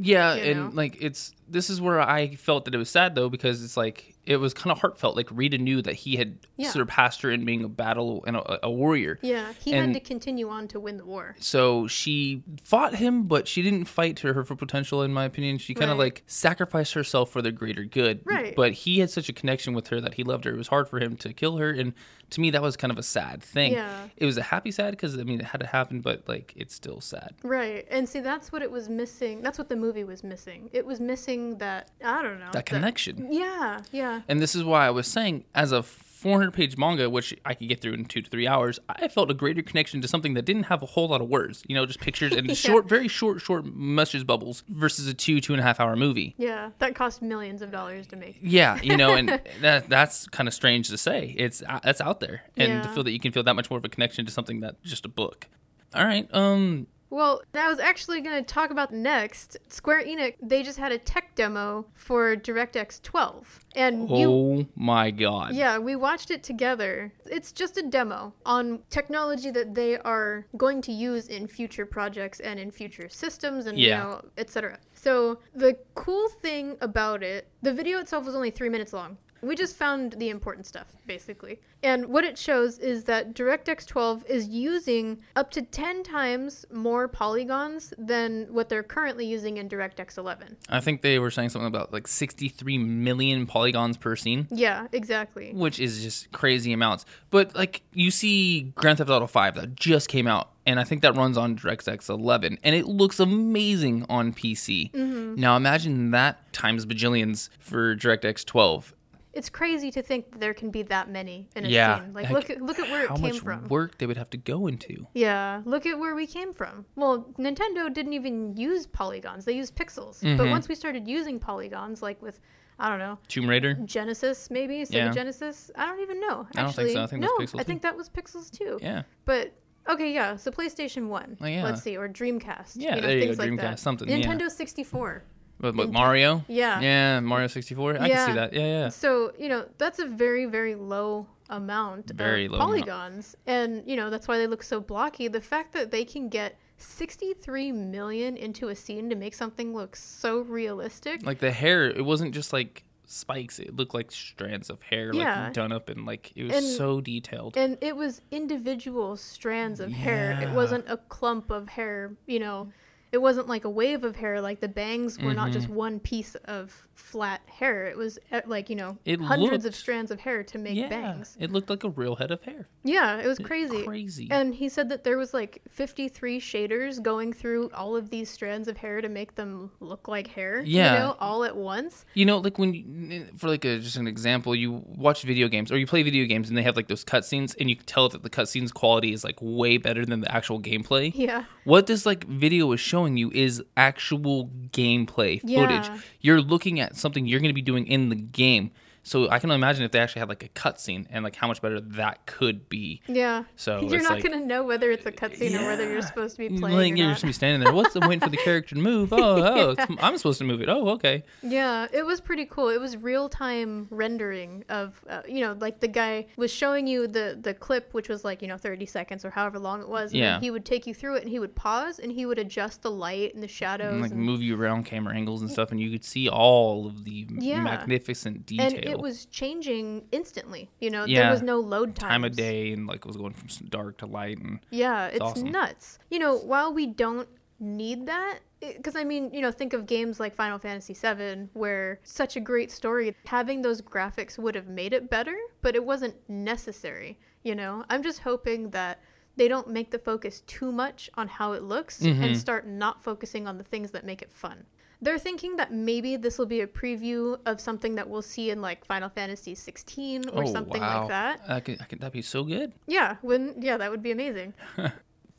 Speaker 3: Yeah,
Speaker 2: you
Speaker 3: and
Speaker 2: know?
Speaker 3: like it's this is where I felt that it was sad though because it's like it was kind of heartfelt. Like Rita knew that he had
Speaker 2: Yeah.
Speaker 3: surpassed her in being a battle and a, a warrior.
Speaker 2: Yeah, he
Speaker 3: And-
Speaker 2: had to continue on to win the war.
Speaker 3: So she fought him, but she didn't fight to her full potential, in my opinion. She kind of
Speaker 2: Right.
Speaker 3: like sacrificed herself for the greater good.
Speaker 2: Right.
Speaker 3: But he had such a connection with her that he loved her. It was hard for him to kill her, and to me, that was kind of a sad thing.
Speaker 2: Yeah.
Speaker 3: It was a happy sad because I mean it had to happen, but like it's still sad.
Speaker 2: Right. And see that's what it was missing. That's what the movie was missing. It was missing that I don't know.
Speaker 3: That connection.
Speaker 2: Yeah, yeah.
Speaker 3: And this is why I was saying, as a 400 page manga, which I could get through in two to three hours, I felt a greater connection to something that didn't have a whole lot of words, you know, just pictures and short, very short, short message bubbles versus a two, two and a half hour movie.
Speaker 2: Yeah, that cost millions of dollars to make.
Speaker 3: Yeah, you know, and that that's kind of strange to say. It's uh, that's out there, and to
Speaker 2: Yeah.
Speaker 3: feel that you can feel that much more of a connection to something that just a book. All right, um,
Speaker 2: Well, I was actually going to talk about next. Square Enix, they just had a tech demo for DirectX 12. And you
Speaker 3: oh my god,
Speaker 2: yeah, we watched it together. It's just a demo on technology that they are going to use in future projects and in future systems and
Speaker 3: Yeah.
Speaker 2: you know, etc. So, the cool thing about it, the video itself was only 3 minutes long. We just found the important stuff, basically. And what it shows is that DirectX 12 is using up to 10 times more polygons than what they're currently using in DirectX 11.
Speaker 3: I think they were saying something about like 63 million polygons per scene,
Speaker 2: Yeah, exactly.
Speaker 3: which is just crazy amounts. But like you see Grand Theft Auto 5 that just came out, and I think that runs on DirectX 11, and it looks amazing on PC.
Speaker 2: Mm-hmm.
Speaker 3: Now imagine that times bajillions for DirectX 12.
Speaker 2: It's crazy to think that there can be that many in a
Speaker 3: Yeah.
Speaker 2: scene. Like,
Speaker 3: Heck,
Speaker 2: look at, look at where it
Speaker 3: How
Speaker 2: came
Speaker 3: much
Speaker 2: from.
Speaker 3: work they would have to go into.
Speaker 2: Yeah, look at where we came from. Well, Nintendo didn't even use polygons, they used pixels.
Speaker 3: Mm-hmm.
Speaker 2: But once we started using polygons, like with, I don't know,
Speaker 3: Tomb Raider?
Speaker 2: Genesis, maybe Sega
Speaker 3: Yeah.
Speaker 2: Genesis. I don't even know. Actually,
Speaker 3: I don't think so. I think
Speaker 2: no,
Speaker 3: that's Pixel
Speaker 2: I
Speaker 3: too.
Speaker 2: think that was Pixels too.
Speaker 3: Yeah.
Speaker 2: But okay, yeah. So PlayStation One.
Speaker 3: Oh, yeah.
Speaker 2: Let's see, or Dreamcast.
Speaker 3: Yeah, there you
Speaker 2: things
Speaker 3: go,
Speaker 2: like that.
Speaker 3: Dreamcast, something, yeah.
Speaker 2: Nintendo sixty four.
Speaker 3: But, but Mario?
Speaker 2: Yeah.
Speaker 3: Yeah, Mario 64. I can
Speaker 2: Yeah.
Speaker 3: see that. Yeah, yeah.
Speaker 2: So you know that's a very very low amount
Speaker 3: Very
Speaker 2: of
Speaker 3: low amount.
Speaker 2: polygons, and you know that's why they look so blocky. The fact that they can get sixty three million into a scene to make something look so realistic.
Speaker 3: Like the hair, it wasn't just like spikes. It looked like strands of hair,
Speaker 2: Yeah.
Speaker 3: like done up and like it was
Speaker 2: And-
Speaker 3: so detailed.
Speaker 2: and it was individual strands of hair it
Speaker 3: Yeah.
Speaker 2: wasn't a clump of hair you know it wasn't like a wave of hair like the bangs were not
Speaker 3: Mm-hmm.
Speaker 2: just one piece of flat hair it was eh, like you know
Speaker 3: It
Speaker 2: hundreds of
Speaker 3: looked-
Speaker 2: strands of hair to make
Speaker 3: yeah,
Speaker 2: bangs
Speaker 3: it looked like a real head of hair.
Speaker 2: yeah it was crazy
Speaker 3: Crazy.
Speaker 2: and he said that there was like 53 shaders going through all of these strands of hair to make them look like hair
Speaker 3: Yeah.
Speaker 2: you know all at once
Speaker 3: you know, like when you- for like a, just an example, you watch video games or you play video games and they have like those cutscenes, and you can tell that the cutscenes quality is like way better than the actual gameplay.
Speaker 2: yeah
Speaker 3: What this like video is showing you is actual gameplay footage.
Speaker 2: Yeah.
Speaker 3: You're looking at something you're going to be doing in the game. So I can imagine if they actually had like a cutscene and like how much better that could be.
Speaker 2: yeah
Speaker 3: So
Speaker 2: you're
Speaker 3: it's
Speaker 2: not
Speaker 3: like-
Speaker 2: gonna know whether it's a cutscene or whether you're
Speaker 3: Yeah.
Speaker 2: supposed to be playing
Speaker 3: Like
Speaker 2: or
Speaker 3: you're
Speaker 2: not.
Speaker 3: just gonna be standing there. What's the waiting for the character to move? Oh, oh, it's- I'm supposed to move it. Oh, okay.
Speaker 2: Yeah, it was pretty cool. It was real time rendering of, uh, you know, like the guy was showing you the the clip, which was like you know thirty seconds or however long it was. And then
Speaker 3: Yeah.
Speaker 2: He would take you through it, and he would pause, and he would adjust the light and the shadows.
Speaker 3: And like
Speaker 2: and-
Speaker 3: move you around camera angles and stuff, and you could see all of the
Speaker 2: Yeah.
Speaker 3: magnificent detail,
Speaker 2: and it was changing instantly. You know, there
Speaker 3: Yeah.
Speaker 2: was no load times.
Speaker 3: time of day, and like was going from dark to light, and
Speaker 2: Yeah, it's
Speaker 3: awesome.
Speaker 2: nuts. You know, while we don't need that, because I mean, you know, think of games like Final Fantasy VII, where such a great story, having those graphics would have made it better, but it wasn't necessary. You know, I'm just hoping that they don't make the focus too much on how it looks and start not focusing on the things that make it fun. They're thinking that maybe this will be a preview of something that we'll see in like Final Fantasy 16
Speaker 3: Oh,
Speaker 2: or something like that.
Speaker 3: I could, I could, that'd be so good.
Speaker 2: Yeah, when yeah, that would be amazing.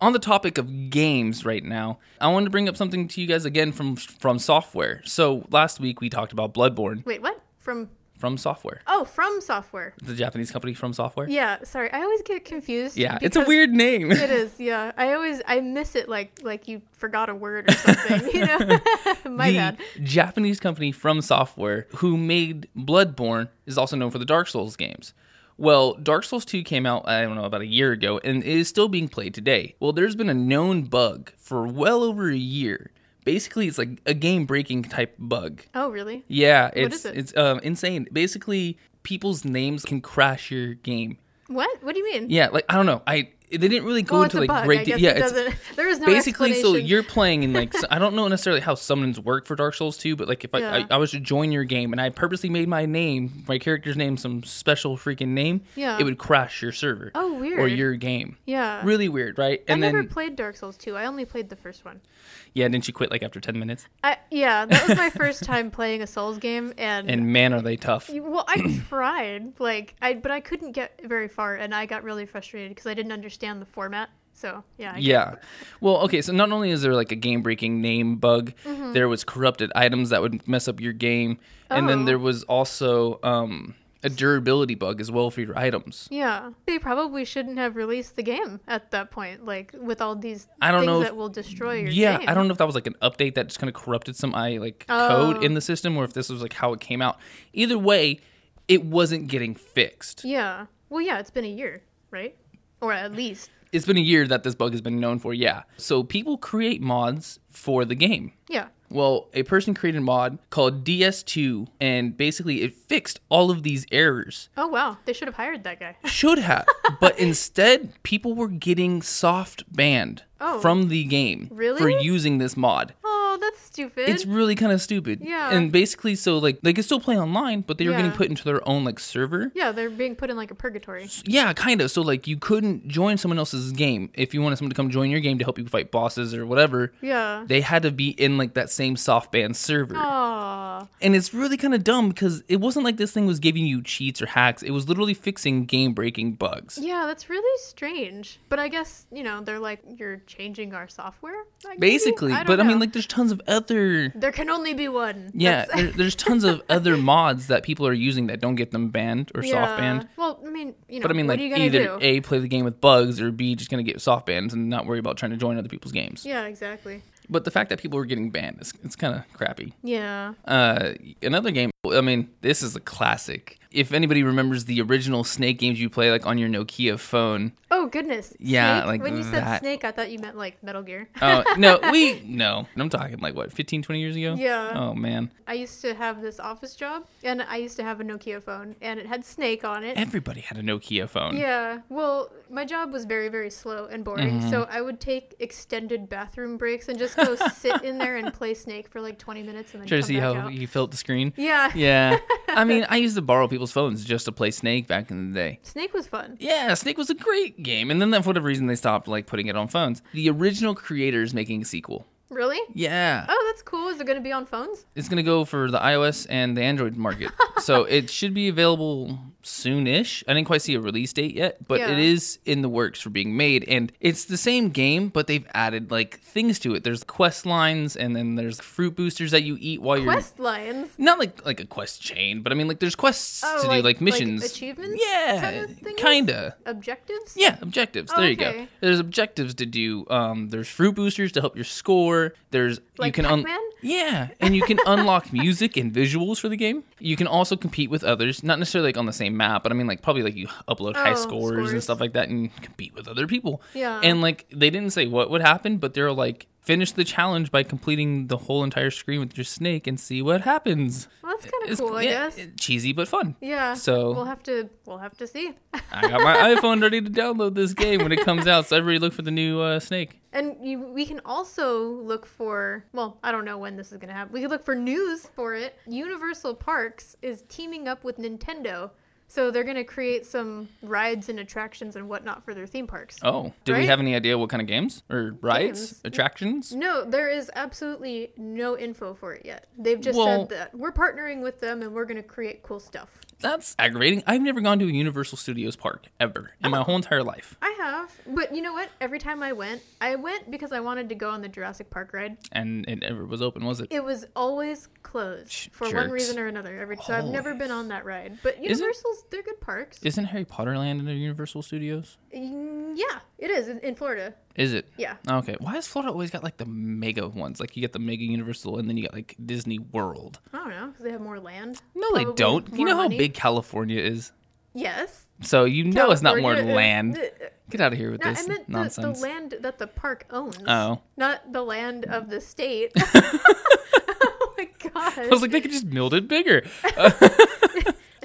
Speaker 3: on the topic of games right now, I wanted to bring up something to you guys again from from software. So last week we talked about Bloodborne
Speaker 2: Wait, what? From
Speaker 3: from software,
Speaker 2: Oh, from software.
Speaker 3: the Japanese company from software. Yeah,
Speaker 2: Yeah, sorry. I always get confused.
Speaker 3: it's a
Speaker 2: because-
Speaker 3: weird name.
Speaker 2: It is, yeah. I always I miss it like like you forgot a word or something, you know. My
Speaker 3: the
Speaker 2: bad.
Speaker 3: Japanese company from software who made Bloodborne is also known for the Dark Souls games. Well, Dark Souls 2 came out, I don't know, about a year ago, and it is still being played today. Well, there's been a known bug for well over a year. Basically, it's like a game breaking type bug.
Speaker 2: Oh, really?
Speaker 3: Yeah, it's
Speaker 2: is it?
Speaker 3: it's um, insane. Basically, people's names can crash your game.
Speaker 2: What? What do you mean?
Speaker 3: Yeah, like I don't know. I they didn't really go
Speaker 2: oh, it's
Speaker 3: into
Speaker 2: a
Speaker 3: like
Speaker 2: bug. I
Speaker 3: great
Speaker 2: guess
Speaker 3: detail. Yeah,
Speaker 2: it
Speaker 3: it's
Speaker 2: doesn't. There is no
Speaker 3: basically so
Speaker 2: explanation.
Speaker 3: you're playing in like so- I don't know necessarily how summons work for Dark Souls 2, but like if I,
Speaker 2: Yeah.
Speaker 3: I I was to join your game and I purposely made my name, my character's name, some special freaking name,
Speaker 2: Yeah.
Speaker 3: it would crash your server.
Speaker 2: Oh,
Speaker 3: Or
Speaker 2: weird.
Speaker 3: your game.
Speaker 2: Yeah.
Speaker 3: Really weird, right?
Speaker 2: I
Speaker 3: And then
Speaker 2: never played Dark Souls 2. I only played the first one.
Speaker 3: yeah, didn't you quit like after ten minutes?
Speaker 2: I, yeah, that was my first time playing a Souls game, and,
Speaker 3: And man, are they tough.
Speaker 2: You- Well, I tried, like, I but I couldn't get very far, and I got really frustrated because I didn't understand the format. So yeah, I
Speaker 3: Yeah. Well, okay, so not only is there like a game breaking name bug,
Speaker 2: Mm-hmm.
Speaker 3: there was corrupted items that would mess up your game. And
Speaker 2: Oh.
Speaker 3: then there was also um, a durability bug as well for your items.
Speaker 2: yeah. They probably shouldn't have released the game at that point, like with all these
Speaker 3: I don't
Speaker 2: things
Speaker 3: know if-
Speaker 2: that will destroy your
Speaker 3: Yeah,
Speaker 2: game.
Speaker 3: I don't know if that was like an update that just kind of corrupted some I like
Speaker 2: Oh.
Speaker 3: code in the system or if this was like how it came out. Either way, it wasn't getting fixed.
Speaker 2: Yeah. Well, yeah, it's been a year, right? Or at least,
Speaker 3: It's been a year that this bug has been known for, yeah. So people create mods for the game.
Speaker 2: yeah.
Speaker 3: Well, a person created a mod called DS2, and basically it fixed all of these errors.
Speaker 2: Oh wow, they should have hired that guy.
Speaker 3: Should have, but instead, people were getting soft banned
Speaker 2: Oh.
Speaker 3: from the game for
Speaker 2: Really?
Speaker 3: using this mod.
Speaker 2: Oh, that's stupid.
Speaker 3: It's really kind of stupid.
Speaker 2: Yeah.
Speaker 3: And basically, so like they could still play online, but they were getting
Speaker 2: Yeah.
Speaker 3: put into their own like server.
Speaker 2: yeah, they're being put in like a purgatory.
Speaker 3: Yeah, kind of. So like you couldn't join someone else's game if you wanted someone to come join your game to help you fight bosses or whatever.
Speaker 2: Yeah.
Speaker 3: They had to be in like that same soft ban server.
Speaker 2: Oh. Aw.
Speaker 3: And it's really kind of dumb because it wasn't like this thing was giving you cheats or hacks. It was literally fixing game breaking bugs.
Speaker 2: Yeah, that's really strange. But I guess, you know, they're like, you're changing our software? like, maybe?
Speaker 3: Basically.
Speaker 2: don't
Speaker 3: but I mean,
Speaker 2: know.
Speaker 3: like, there's tons of other.
Speaker 2: There can only be one.
Speaker 3: Yeah,
Speaker 2: That's-
Speaker 3: there, there's tons of other mods that people are using that don't get them banned or soft banned.
Speaker 2: Well, I mean, you know,
Speaker 3: But I mean,
Speaker 2: what
Speaker 3: like,
Speaker 2: are you gonna
Speaker 3: either
Speaker 2: do?
Speaker 3: A, play the game with bugs, or B, just going to get soft banned and not worry about trying to join other people's games.
Speaker 2: yeah, exactly.
Speaker 3: But the fact that people were getting banned, it's, it's kind of crappy.
Speaker 2: Yeah.
Speaker 3: Uh, another game, I mean, this is a classic. If anybody remembers the original Snake games you play, like on your Nokia phone,
Speaker 2: Oh goodness.
Speaker 3: Yeah,
Speaker 2: Snake?
Speaker 3: like
Speaker 2: when you said
Speaker 3: that.
Speaker 2: snake, I thought you meant like Metal Gear.
Speaker 3: Oh, no, we, no. I'm talking like what, 15, 20 years ago?
Speaker 2: Yeah.
Speaker 3: Oh, man.
Speaker 2: I used to have this office job, and I used to have a Nokia phone, and it had Snake on it.
Speaker 3: Everybody had a Nokia phone.
Speaker 2: Yeah. Well, my job was very, very slow and boring,
Speaker 3: Mm-hmm.
Speaker 2: so I would take extended bathroom breaks and just go sit in there and play Snake for like 20 minutes and then
Speaker 3: Try
Speaker 2: come
Speaker 3: to see
Speaker 2: back
Speaker 3: how
Speaker 2: out.
Speaker 3: you fill up the screen.
Speaker 2: Yeah.
Speaker 3: Yeah. I mean, I used to borrow people's phones just to play Snake back in the day.
Speaker 2: Snake was fun.
Speaker 3: Yeah, Snake was a great game. And then that- for whatever reason, they stopped like putting it on phones. The original creator is making a sequel.
Speaker 2: Really?
Speaker 3: Yeah.
Speaker 2: Oh, that's cool. Is it going to be on phones?
Speaker 3: It's going to go for the iOS and the Android market. so it should be available soon ish. I didn't quite see a release date yet, but
Speaker 2: Yeah.
Speaker 3: it is in the works for being made. And it's the same game, but they've added like things to it. There's quest lines and then there's fruit boosters that you eat while you're.
Speaker 2: Quest lines.
Speaker 3: Not like like a quest chain, but I mean like there's quests
Speaker 2: Oh, like-
Speaker 3: to do,
Speaker 2: like
Speaker 3: like missions,
Speaker 2: achievements
Speaker 3: Yeah,
Speaker 2: kind of thing is?
Speaker 3: kinda.
Speaker 2: Objectives?
Speaker 3: Yeah, objectives.
Speaker 2: Oh,
Speaker 3: there you
Speaker 2: okay.
Speaker 3: go. There's objectives to do. Um, there's fruit boosters to help your score. There's
Speaker 2: Like
Speaker 3: you can un-
Speaker 2: Pac-Man?
Speaker 3: yeah, and you can unlock music and visuals for the game. You can also compete with others, not necessarily like on the same map, but I mean like probably like you upload high
Speaker 2: Oh,
Speaker 3: scores,
Speaker 2: scores.
Speaker 3: and stuff like that, and compete with other people.
Speaker 2: Yeah.
Speaker 3: and like they didn't say what would happen, but they're like finish the challenge by completing the whole entire screen with your snake and see what happens.
Speaker 2: Well, that's kind of
Speaker 3: It's
Speaker 2: cool, I
Speaker 3: yeah,
Speaker 2: guess.
Speaker 3: cheesy but fun.
Speaker 2: yeah.
Speaker 3: so-
Speaker 2: we'll have to we'll have to see.
Speaker 3: I got my iPhone ready to download this game when it comes out, so everybody look for the new uh, snake.
Speaker 2: And you, we can also look for, well, I don't know when this is going to happen. We could look for news for it. Universal Parks is teaming up with Nintendo. So they're going to create some rides and attractions and whatnot for their theme parks.
Speaker 3: Oh, do
Speaker 2: Right?
Speaker 3: we have any idea what kind of games or rides,
Speaker 2: Games. Mm-hmm.
Speaker 3: attractions?
Speaker 2: No, there is absolutely no info for it yet. They've just
Speaker 3: Well-
Speaker 2: said that we're partnering with them and we're going to create cool stuff.
Speaker 3: That's aggravating. I've never gone to a Universal Studios park ever in my whole entire life.
Speaker 2: I have, but you know what? Every time I went, I went because I wanted to go on the Jurassic Park ride.
Speaker 3: And it never was open, was it?
Speaker 2: It was always closed
Speaker 3: Sh-
Speaker 2: for one
Speaker 3: jerks.
Speaker 2: reason or another. Every so I've never been on that ride. But Universal's they're good parks.
Speaker 3: Isn't Harry Potter Land in a Universal Studios?
Speaker 2: Mm, yeah, it is in, in Florida.
Speaker 3: Is it?
Speaker 2: Yeah.
Speaker 3: Okay. Why has Florida always got like the mega ones? Like you get the mega Universal and then you got like Disney World.
Speaker 2: I don't know because they have more land.
Speaker 3: No,
Speaker 2: Probably
Speaker 3: they don't. You
Speaker 2: more
Speaker 3: know how
Speaker 2: money.
Speaker 3: big California is?
Speaker 2: Yes.
Speaker 3: So you know it's not more
Speaker 2: California is
Speaker 3: land.
Speaker 2: the-
Speaker 3: Get out of here with
Speaker 2: no,
Speaker 3: this
Speaker 2: I meant the, the
Speaker 3: nonsense.
Speaker 2: land that the park owns.
Speaker 3: Oh.
Speaker 2: Not the land of the state. oh my gosh.
Speaker 3: I was like, they could just build it bigger. Uh,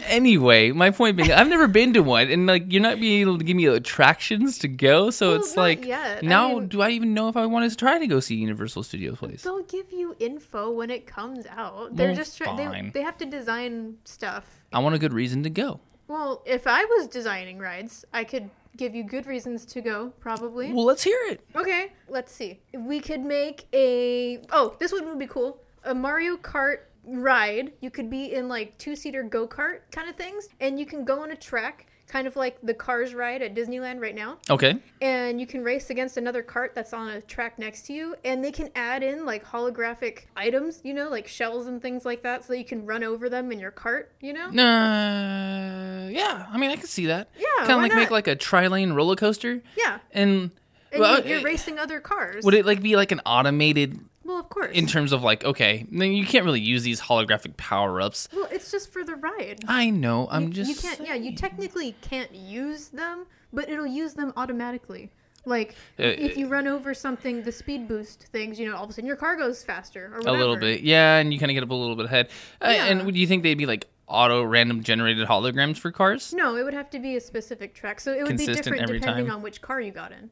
Speaker 3: anyway, my point being, I've never been to one, and like, you're not being able to give me attractions to go, so
Speaker 2: Well,
Speaker 3: it's
Speaker 2: not
Speaker 3: like,
Speaker 2: yet. I
Speaker 3: now
Speaker 2: mean-
Speaker 3: do I even know if I want to try to go see Universal Studios Place?
Speaker 2: They'll give you info when it comes out. They're
Speaker 3: Well,
Speaker 2: just trying. They,
Speaker 3: fine.
Speaker 2: they have to design stuff.
Speaker 3: I want a good reason to go.
Speaker 2: Well, if I was designing rides, I could give you good reasons to go, probably.
Speaker 3: Well, let's hear it.
Speaker 2: Okay, let's see. We could make a. Oh, this one would be cool. A Mario Kart ride. You could be in like two seater go kart kind of things, and you can go on a track, kind of like the Cars ride at Disneyland right now
Speaker 3: Okay.
Speaker 2: and you can race against another cart that's on a track next to you and they can add in like holographic items you know like shells and things like that so that you can run over them in your cart you know
Speaker 3: Mm. Uh, yeah, I mean, I could see that.
Speaker 2: Yeah,
Speaker 3: Kind
Speaker 2: why
Speaker 3: of like
Speaker 2: not?
Speaker 3: make like a tri lane roller coaster.
Speaker 2: yeah
Speaker 3: And,
Speaker 2: and
Speaker 3: well, uh,
Speaker 2: you, you're
Speaker 3: it-
Speaker 2: racing other cars
Speaker 3: would it like be like an automated
Speaker 2: well of course
Speaker 3: in terms of like, okay, then you can't really use these holographic power ups.
Speaker 2: well it's just for the ride
Speaker 3: I know. I'm
Speaker 2: you,
Speaker 3: just
Speaker 2: you can't yeah you
Speaker 3: saying.
Speaker 2: technically can't use them but it'll use them automatically Like
Speaker 3: Uh,
Speaker 2: if you run over something, the speed boost things, you know, all of a sudden your car goes faster or
Speaker 3: a
Speaker 2: whatever.
Speaker 3: little bit. Yeah, and you kind of get up a little bit ahead. Uh,
Speaker 2: Yeah.
Speaker 3: And do you think they'd be like auto random generated holograms for cars?
Speaker 2: No, it would have to be a specific track, so it would
Speaker 3: Consistent
Speaker 2: be different
Speaker 3: every
Speaker 2: depending
Speaker 3: time. Hmm.
Speaker 2: on which car you got in.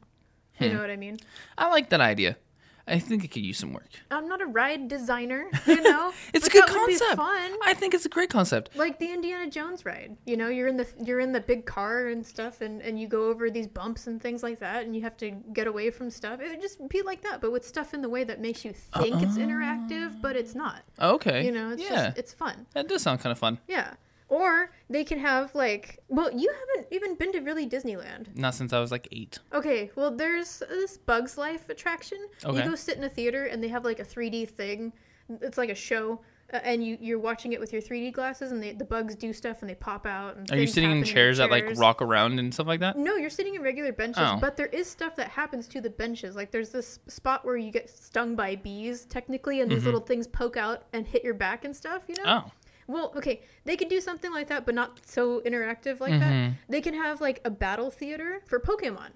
Speaker 2: You know what I mean?
Speaker 3: I like that idea. I think it could use some work.
Speaker 2: I'm not a ride designer, you know.
Speaker 3: It's
Speaker 2: but
Speaker 3: a good
Speaker 2: that would be
Speaker 3: concept.
Speaker 2: fun.
Speaker 3: I think it's a great concept.
Speaker 2: like the Indiana Jones ride. You know, you're in the you're in the big car and stuff, and and you go over these bumps and things like that, and you have to get away from stuff. It would just be like that, but with stuff in the way that makes you think it's interactive, but it's not.
Speaker 3: Okay.
Speaker 2: You know, it's
Speaker 3: yeah.
Speaker 2: just it's fun.
Speaker 3: that does sound kind of fun.
Speaker 2: Yeah. Or they can have like, well, you haven't even been to really Disneyland.
Speaker 3: Not since I was like eight.
Speaker 2: Okay, well, there's this Bugs Life attraction.
Speaker 3: Okay.
Speaker 2: You go sit in a theater and they have like a 3D thing. It's like a show, uh, and you you're watching it with your 3D glasses, and they, the bugs do stuff and they pop out. And
Speaker 3: Are you
Speaker 2: things
Speaker 3: sitting in
Speaker 2: happen
Speaker 3: chairs that like
Speaker 2: chairs. Mm-hmm.
Speaker 3: rock around and stuff like that?
Speaker 2: No, you're sitting in regular benches,
Speaker 3: Oh.
Speaker 2: but there is stuff that happens to the benches. Like there's this spot where you get stung by bees, technically,
Speaker 3: Mm-hmm.
Speaker 2: and these little things poke out and hit your back and stuff. You know.
Speaker 3: Oh.
Speaker 2: Well, okay, they could do something like that, but not so interactive like
Speaker 3: Mm-hmm.
Speaker 2: that. They can have like a battle theater for Pokemon.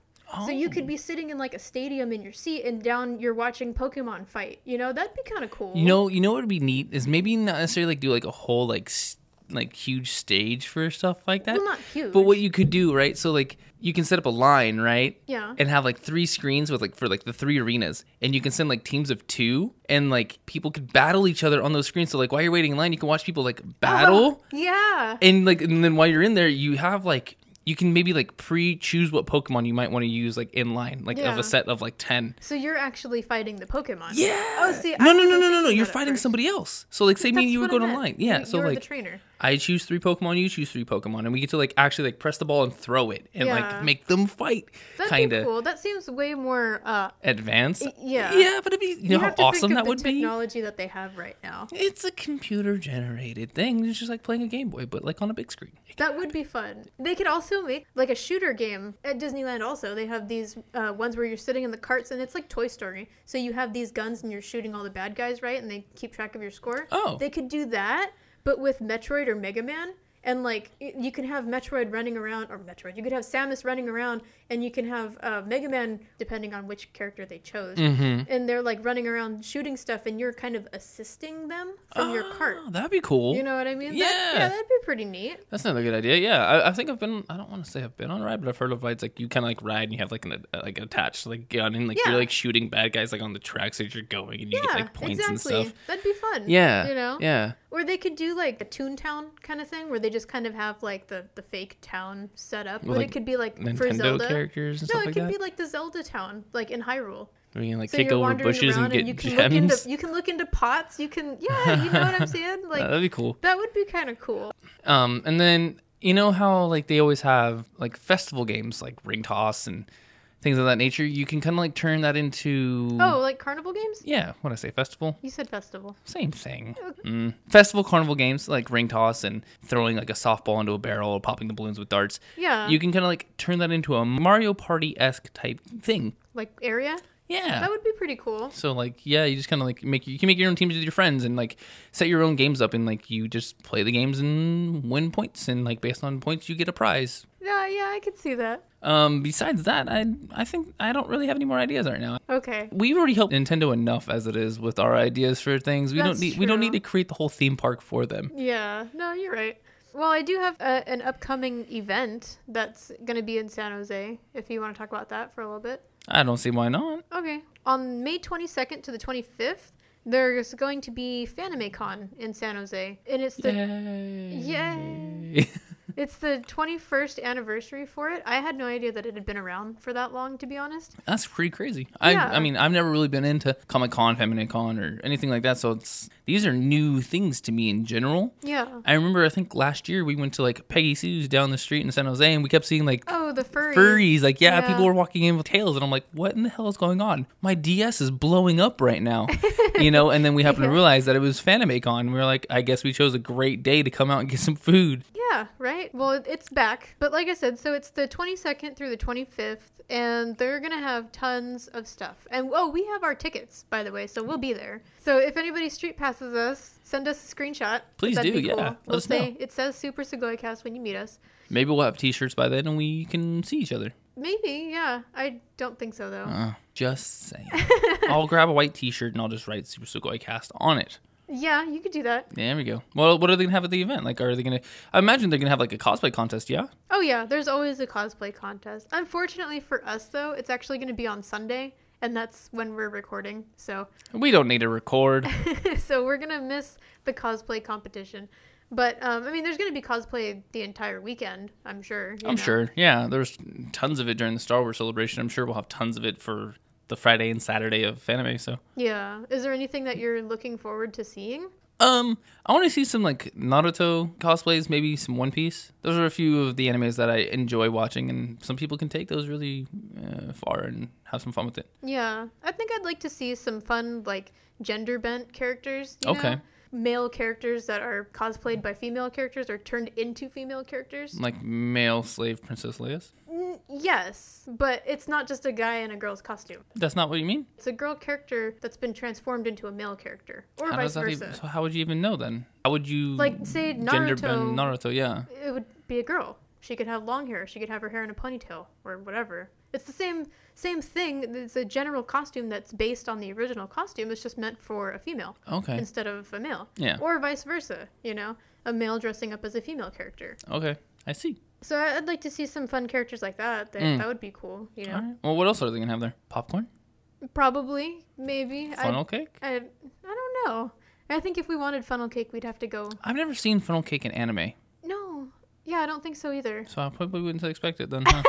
Speaker 2: So you
Speaker 3: Oh.
Speaker 2: could be sitting in like a stadium in your seat and down you're watching Pokemon fight. You know, that'd be kind of cool.
Speaker 3: You know, you know what would be neat is maybe not necessarily like do like a whole like s like huge stage for stuff like that.
Speaker 2: Well, not huge.
Speaker 3: But what you could do, right? So like you can set up a line, right?
Speaker 2: Yeah.
Speaker 3: And have like three screens with like for like the three arenas, and you can send like teams of two, and like people could battle each other on those screens. So like while you're waiting in line, you can watch people like battle,
Speaker 2: yeah.
Speaker 3: and like and then while you're in there, you have like you can maybe like pre-choose what Pokemon you might want to use like in line, like of
Speaker 2: Yeah.
Speaker 3: a set of like ten.
Speaker 2: So you're actually fighting the Pokemon.
Speaker 3: Yeah.
Speaker 2: Oh, see, I
Speaker 3: no, no,
Speaker 2: wasn't
Speaker 3: no, no, no, no.
Speaker 2: thinking
Speaker 3: You're
Speaker 2: that at
Speaker 3: fighting
Speaker 2: first.
Speaker 3: somebody else. So like, say me and
Speaker 2: That's
Speaker 3: you would
Speaker 2: what
Speaker 3: go
Speaker 2: I
Speaker 3: to
Speaker 2: meant.
Speaker 3: line. Yeah.
Speaker 2: You-
Speaker 3: so
Speaker 2: you're the
Speaker 3: like,
Speaker 2: trainer.
Speaker 3: I choose three Pokemon, you choose three Pokemon, and we get to like actually like press the ball and throw it and
Speaker 2: Yeah.
Speaker 3: like make them fight.
Speaker 2: That'd
Speaker 3: Kind
Speaker 2: be
Speaker 3: of
Speaker 2: cool. That seems way more. Uh,
Speaker 3: advanced.
Speaker 2: yeah.
Speaker 3: Yeah, but it'd be you, know how
Speaker 2: have to
Speaker 3: awesome
Speaker 2: think of
Speaker 3: that
Speaker 2: the
Speaker 3: would be.
Speaker 2: Technology that they have right now.
Speaker 3: It's a computer generated thing. It's just like playing a Game Boy, but like on a big screen.
Speaker 2: That would be fun. They could also make like a shooter game at Disneyland. Also, they have these uh, ones where you're sitting in the carts, and it's like Toy Story. So you have these guns, and you're shooting all the bad guys, right? And they keep track of your score.
Speaker 3: Oh.
Speaker 2: they could do that, but with Metroid or Mega Man. And like y- you can have Metroid running around, or Metroid, you could have Samus running around, and you can have uh, Mega Man, depending on which character they chose,
Speaker 3: Mm-hmm.
Speaker 2: and they're like running around shooting stuff, and you're kind of assisting them from your cart.
Speaker 3: Oh, that'd be cool.
Speaker 2: You know what I mean? That-
Speaker 3: Yeah.
Speaker 2: yeah, that'd be pretty neat.
Speaker 3: That's another good idea. Yeah, I, I think I've been. I don't want to say I've been on a ride, but I've heard of rides like you kind of like ride and you have like an uh, like attached like gun and like
Speaker 2: Yeah.
Speaker 3: you're like shooting bad guys like on the tracks that you're going and you get like points and stuff.
Speaker 2: That'd be fun.
Speaker 3: Yeah,
Speaker 2: You know?
Speaker 3: yeah.
Speaker 2: Or they could do like a Toontown kind of thing where they just kind of have like the, the fake town set up. But
Speaker 3: like,
Speaker 2: it could be like for
Speaker 3: Nintendo
Speaker 2: Zelda.
Speaker 3: characters and
Speaker 2: no,
Speaker 3: stuff
Speaker 2: it
Speaker 3: like
Speaker 2: could be
Speaker 3: that.
Speaker 2: like the Zelda town, like in Hyrule.
Speaker 3: We can like
Speaker 2: So
Speaker 3: kick
Speaker 2: you're
Speaker 3: over
Speaker 2: wandering
Speaker 3: bushes and
Speaker 2: around
Speaker 3: get
Speaker 2: you can Look
Speaker 3: gems.
Speaker 2: into, you can look into pots. You can, yeah, you know what I'm saying? Like,
Speaker 3: Uh, that'd be cool.
Speaker 2: that would be kind of cool.
Speaker 3: Um, and then you know how like they always have like festival games like ring toss and things of that nature. You can kind of like turn that into
Speaker 2: Oh, like carnival games?
Speaker 3: Mm. yeah. When I say festival,
Speaker 2: You said festival.
Speaker 3: same thing. Mm. Festival carnival games like ring toss and throwing like a softball into a barrel or popping the balloons with darts.
Speaker 2: Yeah.
Speaker 3: You can kind of like turn that into a Mario Party esque type thing.
Speaker 2: Like area?
Speaker 3: Yeah.
Speaker 2: That would be pretty cool.
Speaker 3: So like yeah, you just kind of like make you can make your own teams with your friends and like set your own games up and like you just play the games and win points and like based on points you get a prize.
Speaker 2: Yeah, yeah, I could see that.
Speaker 3: Um, besides that, I I think I don't really have any more ideas right now.
Speaker 2: Okay.
Speaker 3: We've already helped Nintendo enough as it is with our ideas for things. We don't
Speaker 2: That's
Speaker 3: need we don't
Speaker 2: true.
Speaker 3: need to create the whole theme park for them.
Speaker 2: Yeah, no, you're right. Well, I do have a, an upcoming event that's going to be in San Jose, if you want to talk about that for a little bit.
Speaker 3: I don't see why not.
Speaker 2: Okay. On May 22nd to the 25th, there's going to be FanimeCon in San Jose. And it's the.
Speaker 3: Yay.
Speaker 2: Yay! It's the 21st anniversary for it. I had no idea that it had been around for that long, to be honest.
Speaker 3: That's pretty crazy. I
Speaker 2: Yeah.
Speaker 3: I mean, I've never really been into Comic Con, Feminine Con, or anything like that. So it's these are new things to me in general.
Speaker 2: Yeah.
Speaker 3: I remember I think last year we went to like Peggy Sue's down the street in San Jose and we kept seeing like
Speaker 2: Oh, the furry.
Speaker 3: furries. Like, yeah,
Speaker 2: Yeah.
Speaker 3: people were walking in with tails and I'm like, what in the hell is going on? My DS is blowing up right now. you know, and then we happened to realize that it was Fanimacon. We were like, I guess we chose a great day to come out and get some food.
Speaker 2: Yeah, right? Well, it- it's back. But like I said, so it's the 22nd through the 25th, and they're going to have tons of stuff. And oh, we have our tickets, by the way, so we'll be there. So if anybody street passes us, send us a screenshot.
Speaker 3: Please
Speaker 2: That'd
Speaker 3: do,
Speaker 2: be
Speaker 3: yeah.
Speaker 2: cool.
Speaker 3: Let
Speaker 2: We'll
Speaker 3: us
Speaker 2: say
Speaker 3: know.
Speaker 2: it says Super Segoy Cast when you meet us.
Speaker 3: Maybe we'll have t shirts by then and we can see each other.
Speaker 2: Maybe, yeah. I don't think so though.
Speaker 3: Uh, just saying. I'll grab a white T-shirt and I'll just write Super Sugoi Cast on it.
Speaker 2: yeah, you could do that.
Speaker 3: There we go. Well, what are they gonna have at the event? Like, are they gonna? I imagine they're gonna have like a cosplay contest. Yeah.
Speaker 2: Oh yeah, there's always a cosplay contest. Unfortunately for us though, it's actually going to be on Sunday, and that's when we're recording. So,
Speaker 3: We don't need to record.
Speaker 2: so we're gonna miss the cosplay competition. But um, I mean, there's going to be cosplay the entire weekend. I'm sure. you
Speaker 3: I'm
Speaker 2: know.
Speaker 3: sure. Yeah, there's tons of it during the Star Wars celebration. I'm sure we'll have tons of it for the Friday and Saturday of anime. So,
Speaker 2: Yeah. Is there anything that you're looking forward to seeing?
Speaker 3: um, I want to see some like Naruto cosplays, maybe some One Piece. Those are a few of the animes that I enjoy watching, and some people can take those really uh, far and have some fun with it.
Speaker 2: Yeah, I think I'd like to see some fun, like gender bent characters. You
Speaker 3: Okay.
Speaker 2: Know? Male characters that are cosplayed by female characters or turned into female characters.
Speaker 3: Like male slave Princess Leia's.
Speaker 2: N- yes, but it's not just a guy in a girl's costume.
Speaker 3: That's not what you mean.
Speaker 2: It's a girl character that's been transformed into a male character, or
Speaker 3: How
Speaker 2: vice
Speaker 3: does that
Speaker 2: versa.
Speaker 3: even? So how would you even know then? How would you
Speaker 2: Like, say
Speaker 3: gender
Speaker 2: Naruto-
Speaker 3: bend Naruto? Yeah.
Speaker 2: It would be a girl. She could have long hair. She could have her hair in a ponytail or whatever. It's the same same thing. It's a general costume that's based on the original costume. It's just meant for a female.
Speaker 3: Okay.
Speaker 2: instead of a male.
Speaker 3: Yeah.
Speaker 2: Or vice versa, you know, a male dressing up as a female character.
Speaker 3: Okay. I see.
Speaker 2: So I- I'd like to see some fun characters like that.
Speaker 3: Mm.
Speaker 2: That, that would be cool, you know.
Speaker 3: All right. Well, what else are they gonna have there? Popcorn,
Speaker 2: Probably, maybe.
Speaker 3: funnel cake.
Speaker 2: I, I I don't know. I think if we wanted funnel cake, we'd have to go.
Speaker 3: I've never seen funnel cake in anime,
Speaker 2: No. Yeah, I don't think so either.
Speaker 3: so I probably wouldn't expect it then. Huh?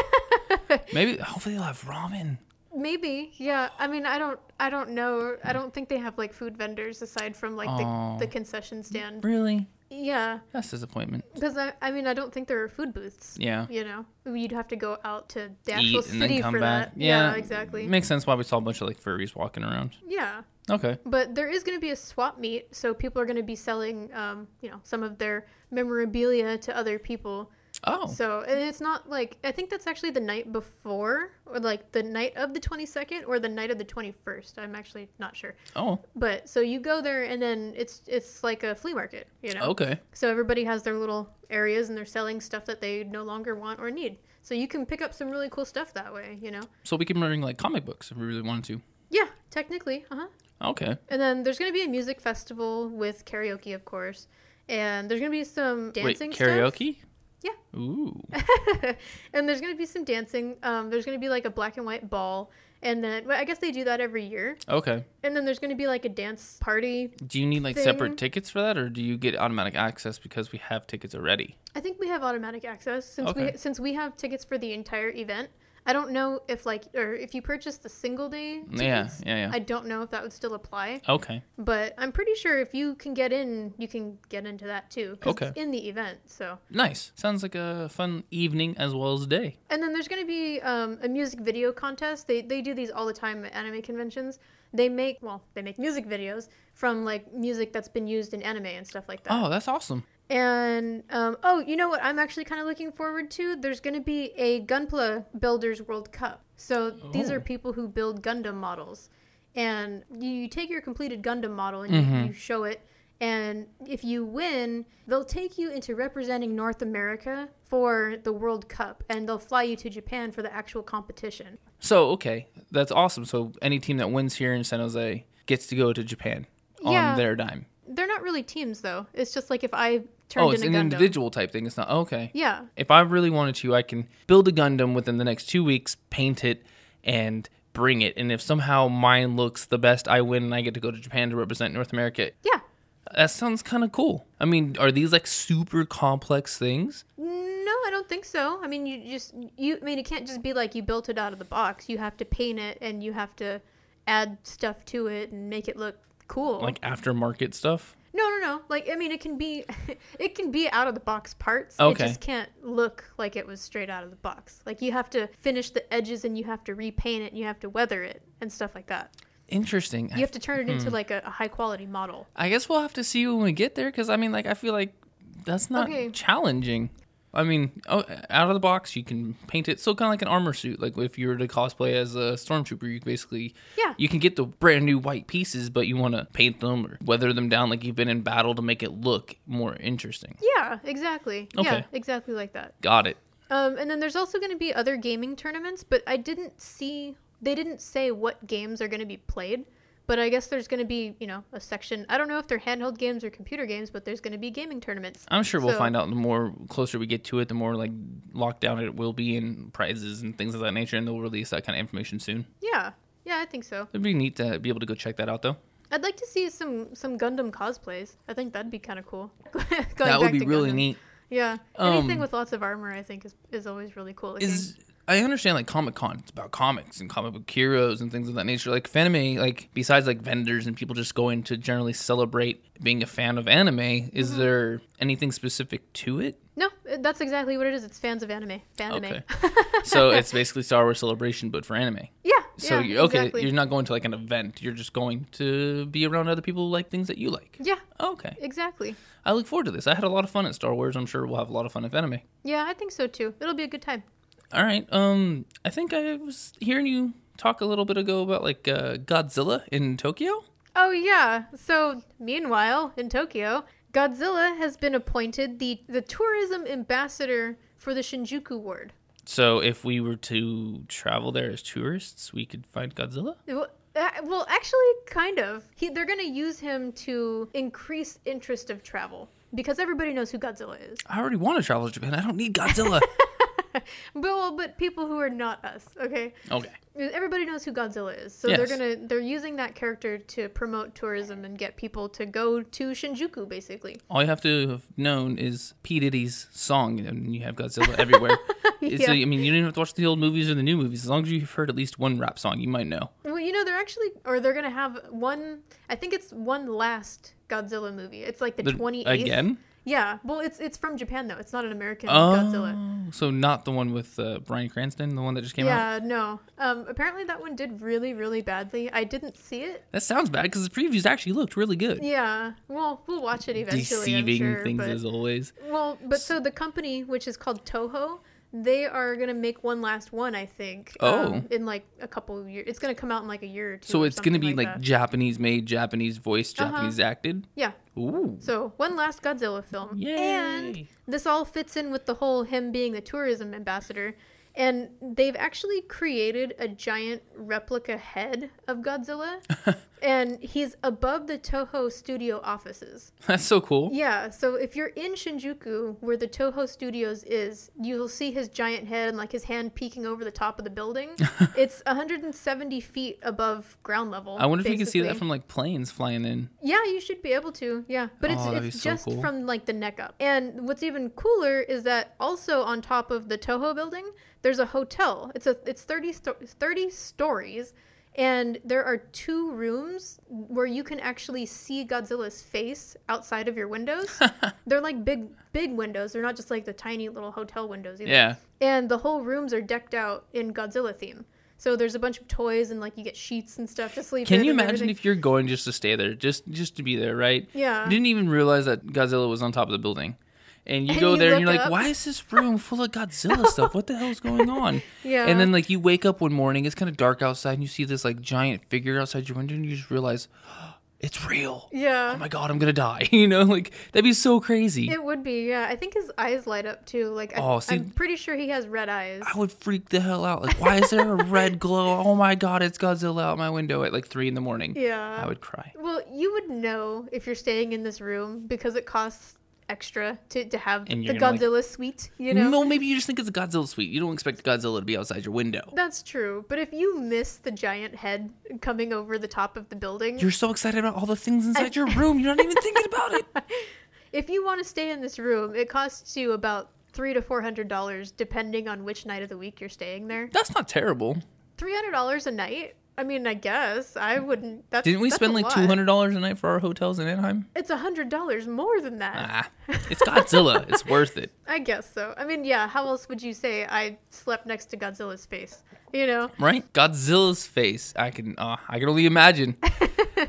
Speaker 3: Maybe hopefully they'll have ramen.
Speaker 2: Maybe. Yeah. I mean, I don't I don't know. I don't think they have like food vendors aside from like
Speaker 3: Oh.
Speaker 2: the, the concession stand.
Speaker 3: Really?
Speaker 2: Yeah.
Speaker 3: That's disappointment.
Speaker 2: Cuz I I mean, I don't think there are food booths.
Speaker 3: Yeah.
Speaker 2: you know you'd have to go out to the actual
Speaker 3: Eat and
Speaker 2: city
Speaker 3: then come
Speaker 2: for
Speaker 3: back.
Speaker 2: that yeah, exactly
Speaker 3: Makes sense why we saw a bunch of like furries walking around.
Speaker 2: yeah
Speaker 3: Okay.
Speaker 2: but there is going to be a swap meet so people are going to be selling um, you know some of their memorabilia to other people
Speaker 3: Oh.
Speaker 2: so and it's not like i think that's actually the night before or like the night of the 22nd or the night of the 21st i'm actually not sure
Speaker 3: Oh.
Speaker 2: but so you go there and then it's it's like a flea market you know
Speaker 3: Okay.
Speaker 2: so everybody has their little areas and they're selling stuff that they no longer want or need so you can pick up some really cool stuff that way you know
Speaker 3: So we can bring like comic books if we really wanted
Speaker 2: Yeah, technically. Uh huh.
Speaker 3: to. Okay.
Speaker 2: And then there's going to be a music festival with karaoke, of course. And there's going to be some dancing
Speaker 3: Wait,
Speaker 2: stuff.
Speaker 3: karaoke?
Speaker 2: Yeah.
Speaker 3: Ooh.
Speaker 2: and there's going to be some dancing. Um, there's going to be like a black and white ball. And then well, I guess they do that every year.
Speaker 3: Okay.
Speaker 2: And then there's going to be like a dance party.
Speaker 3: Do you need like
Speaker 2: Thing.
Speaker 3: separate tickets for that, or do you get automatic access because we have tickets already?
Speaker 2: I think we have automatic access since
Speaker 3: Okay.
Speaker 2: we since we have tickets for the entire event. I don't know if like or if you purchase the single day tickets.
Speaker 3: Yeah, yeah, yeah.
Speaker 2: I don't know if that would still apply.
Speaker 3: Okay.
Speaker 2: But I'm pretty sure if you can get in, you can get into that too. 'cause
Speaker 3: Okay.
Speaker 2: It's in the event, so.
Speaker 3: Nice. Sounds like a fun evening as well as day.
Speaker 2: And then there's going to be um, a music video contest. They, they do these all the time at anime conventions. They make, well, they make music videos from like music that's been used in anime and stuff like that.
Speaker 3: Oh, that's awesome.
Speaker 2: And, um, oh, you know what I'm actually kind of looking forward to? There's going to be a Gunpla Builders World Cup. So these
Speaker 3: Oh.
Speaker 2: are people who build Gundam models. And you, you take your completed Gundam model and
Speaker 3: Mm-hmm.
Speaker 2: you, you show it. And if you win, they'll take you into representing North America for the World Cup and they'll fly you to Japan for the actual competition.
Speaker 3: So okay, that's awesome. So any team that wins here in San Jose gets to go to Japan
Speaker 2: Yeah.
Speaker 3: on their dime.
Speaker 2: They're not really teams, though. It's just like if I turned
Speaker 3: Oh, it's
Speaker 2: in a
Speaker 3: an
Speaker 2: Gundam.
Speaker 3: individual type thing. It's not okay.
Speaker 2: Yeah.
Speaker 3: If I really wanted to, I can build a Gundam within the next two weeks, paint it, and bring it. And if somehow mine looks the best, I win and I get to go to Japan to represent North America.
Speaker 2: Yeah.
Speaker 3: That sounds kind of cool. I mean, are these like super complex things?
Speaker 2: No, I don't think so. I mean, you just you. I mean, it can't just be like you built it out of the box. You have to paint it, and you have to add stuff to it and make it look cool.
Speaker 3: Like aftermarket stuff?
Speaker 2: no, no, no. Like I mean, it can be, it can be out of the box parts.
Speaker 3: Okay.
Speaker 2: It just can't look like it was straight out of the box. Like you have to finish the edges, and you have to repaint it, and you have to weather it, and stuff like that.
Speaker 3: Interesting.
Speaker 2: You have to turn it into
Speaker 3: Hmm.
Speaker 2: like a, a high quality model.
Speaker 3: I guess we'll have to see when we get there because I mean, like, I feel like that's not
Speaker 2: Okay.
Speaker 3: challenging. I mean, oh, out of the box, you can paint it. So kind of like an armor suit. Like if you were to cosplay as a stormtrooper, you basically
Speaker 2: Yeah.
Speaker 3: you can get the brand new white pieces, but you want to paint them or weather them down like you've been in battle to make it look more interesting.
Speaker 2: Yeah, exactly. Yeah,
Speaker 3: Okay.
Speaker 2: exactly like that.
Speaker 3: Got it.
Speaker 2: Um, and then there's also going to be other gaming tournaments, but I didn't see they didn't say what games are going to be played. But I guess there's going to be you know a section. I don't know if they're handheld games or computer games, but there's going to be gaming tournaments.
Speaker 3: I'm sure we'll
Speaker 2: So-
Speaker 3: find out the more closer we get to it, the more like locked down it will be and prizes and things of that nature, and they'll release that kind of information soon.
Speaker 2: Yeah, yeah, I think so.
Speaker 3: It'd be neat to be able to go check that out though.
Speaker 2: I'd like to see some some Gundam cosplays. I think that'd be kind of cool. Going
Speaker 3: that
Speaker 2: back
Speaker 3: would be
Speaker 2: to
Speaker 3: really
Speaker 2: Gundam.
Speaker 3: neat.
Speaker 2: Yeah,
Speaker 3: Um,
Speaker 2: anything with lots of armor, I think, is is always really cool. looking.
Speaker 3: Is I understand like Comic Con, it's about comics and comic book heroes and things of that nature. Like anime, like besides like vendors and people just going to generally celebrate being a fan of anime,
Speaker 2: Mm-hmm.
Speaker 3: is there anything specific to it?
Speaker 2: no, that's exactly what it is. It's fans of anime. Fanime.
Speaker 3: Okay. so it's basically Star Wars Celebration, but for anime.
Speaker 2: yeah.
Speaker 3: So
Speaker 2: yeah,
Speaker 3: you're, okay,
Speaker 2: exactly.
Speaker 3: you're not going to like an event. You're just going to be around other people who like things that you like.
Speaker 2: yeah,
Speaker 3: Okay,
Speaker 2: exactly.
Speaker 3: I look forward to this. I had a lot of fun at Star Wars. I'm sure we'll have a lot of fun at anime.
Speaker 2: Yeah, I think so too. It'll be a good time.
Speaker 3: All right. Um, I think I was hearing you talk a little bit ago about like uh, Godzilla in Tokyo.
Speaker 2: Oh, yeah. So, meanwhile, in Tokyo, Godzilla has been appointed the, the tourism ambassador for the Shinjuku Ward.
Speaker 3: So if we were to travel there as tourists, we could find Godzilla.
Speaker 2: Well, uh, well, actually, kind of. He, they're going to use him to increase interest of travel because everybody knows who Godzilla is.
Speaker 3: I already want to travel to Japan. I don't need Godzilla.
Speaker 2: But, well, but people who are not us, okay?
Speaker 3: okay.
Speaker 2: Everybody knows who Godzilla is, so
Speaker 3: Oh. Yes.
Speaker 2: they're gonna they're using that character to promote tourism and get people to go to Shinjuku, basically.
Speaker 3: All you have to have known is P Diddy's song, and you have Godzilla everywhere. It's
Speaker 2: Yeah.
Speaker 3: a- I mean, you don't even have to watch the old movies or the new movies. As long as you've heard at least one rap song, you might know.
Speaker 2: Well, you know, they're actually, or they're gonna have one. I think it's one last Godzilla movie. It's like the
Speaker 3: The-
Speaker 2: twenty eighth.
Speaker 3: again.
Speaker 2: Yeah. Well, it's it's from Japan though. It's not an American
Speaker 3: Oh,
Speaker 2: Godzilla.
Speaker 3: so not the one with uh, Brian Cranston, the one that just came out.
Speaker 2: Yeah. No. Um. Apparently that one did really really badly. I didn't see it.
Speaker 3: That sounds bad because the previews actually looked really good.
Speaker 2: Yeah. Well, we'll watch it eventually.
Speaker 3: Deceiving
Speaker 2: I'm sure,
Speaker 3: things
Speaker 2: but,
Speaker 3: as always.
Speaker 2: Well, but so the company, which is called Toho, they are gonna make one last one. I think. um,
Speaker 3: Oh.
Speaker 2: in like a couple of years, it's gonna come out in like a year or two.
Speaker 3: So
Speaker 2: or
Speaker 3: it's going to
Speaker 2: something
Speaker 3: be like,
Speaker 2: that.
Speaker 3: Japanese made, Japanese voiced,
Speaker 2: Uh-huh.
Speaker 3: Japanese acted.
Speaker 2: yeah.
Speaker 3: Ooh.
Speaker 2: So one last Godzilla film,
Speaker 3: Yay.
Speaker 2: and this all fits in with the whole him being the tourism ambassador. And they've actually created a giant replica head of Godzilla, and he's above the Toho studio offices.
Speaker 3: That's so cool.
Speaker 2: Yeah, so if you're in Shinjuku, where the Toho Studios is, you'll see his giant head and like his hand peeking over the top of the building. it's 170 feet above ground level.
Speaker 3: I wonder if you can see
Speaker 2: basically.
Speaker 3: that from like planes flying in.
Speaker 2: Yeah, you should be able to. Yeah, but it's
Speaker 3: Oh, that'd be
Speaker 2: it's
Speaker 3: so
Speaker 2: just
Speaker 3: cool.
Speaker 2: from like the neck up. And what's even cooler is that also on top of the Toho building, there's a hotel. It's a it's 30 sto- 30 stories and there are two rooms where you can actually see Godzilla's face outside of your windows. They're like big big windows. They're not just like the tiny little hotel windows either
Speaker 3: Yeah.
Speaker 2: and the whole rooms are decked out in Godzilla theme. So there's a bunch of toys and like you get sheets and stuff to sleep
Speaker 3: Can
Speaker 2: in
Speaker 3: you
Speaker 2: and
Speaker 3: imagine
Speaker 2: everything.
Speaker 3: if you're going just to stay there, just just to be there, right?
Speaker 2: Yeah.
Speaker 3: You didn't even realize that Godzilla was on top of the building. And you
Speaker 2: And
Speaker 3: go
Speaker 2: you
Speaker 3: there and
Speaker 2: look
Speaker 3: you're like,
Speaker 2: up.
Speaker 3: why is this room full of Godzilla stuff? What the hell is going on?
Speaker 2: Yeah.
Speaker 3: And then like you wake up one morning, it's kind of dark outside, and you see this like giant figure outside your window, and you just realize it's real.
Speaker 2: Yeah.
Speaker 3: Oh my god, I'm gonna die. You know, like that'd be so crazy.
Speaker 2: It would be, yeah. I think his eyes light up too. Like, I,
Speaker 3: Oh, see-
Speaker 2: I'm pretty sure he has red eyes.
Speaker 3: I would freak the hell out. Like, why is there a red glow? Oh my god, it's Godzilla out my window at like three in the morning.
Speaker 2: Yeah.
Speaker 3: I would cry.
Speaker 2: Well, you would know if you're staying in this room because it costs extra to, to have
Speaker 3: And
Speaker 2: the
Speaker 3: you're gonna, like-
Speaker 2: Godzilla suite, you know?
Speaker 3: No, maybe you just think it's a Godzilla suite. You don't expect Godzilla to be outside your window.
Speaker 2: That's true. But if you miss the giant head coming over the top of the building,
Speaker 3: You're so excited about all the things inside your room. You're not even thinking about it.
Speaker 2: if you want to stay in this room, it costs you about three to four hundred dollars depending on which night of the week you're staying there.
Speaker 3: That's not terrible.
Speaker 2: Three hundred dollars a night? I mean, I guess I wouldn't. That's,
Speaker 3: Didn't we
Speaker 2: that's
Speaker 3: spend
Speaker 2: a
Speaker 3: like
Speaker 2: lot.
Speaker 3: two hundred dollars a night for our hotels in Anaheim?
Speaker 2: It's a hundred dollars more than that.
Speaker 3: Ah, it's Godzilla. it's worth it.
Speaker 2: I guess so. I mean, yeah, how else would you say I slept next to Godzilla's face? You know?
Speaker 3: Right? Godzilla's face. I can. Uh, I can only imagine.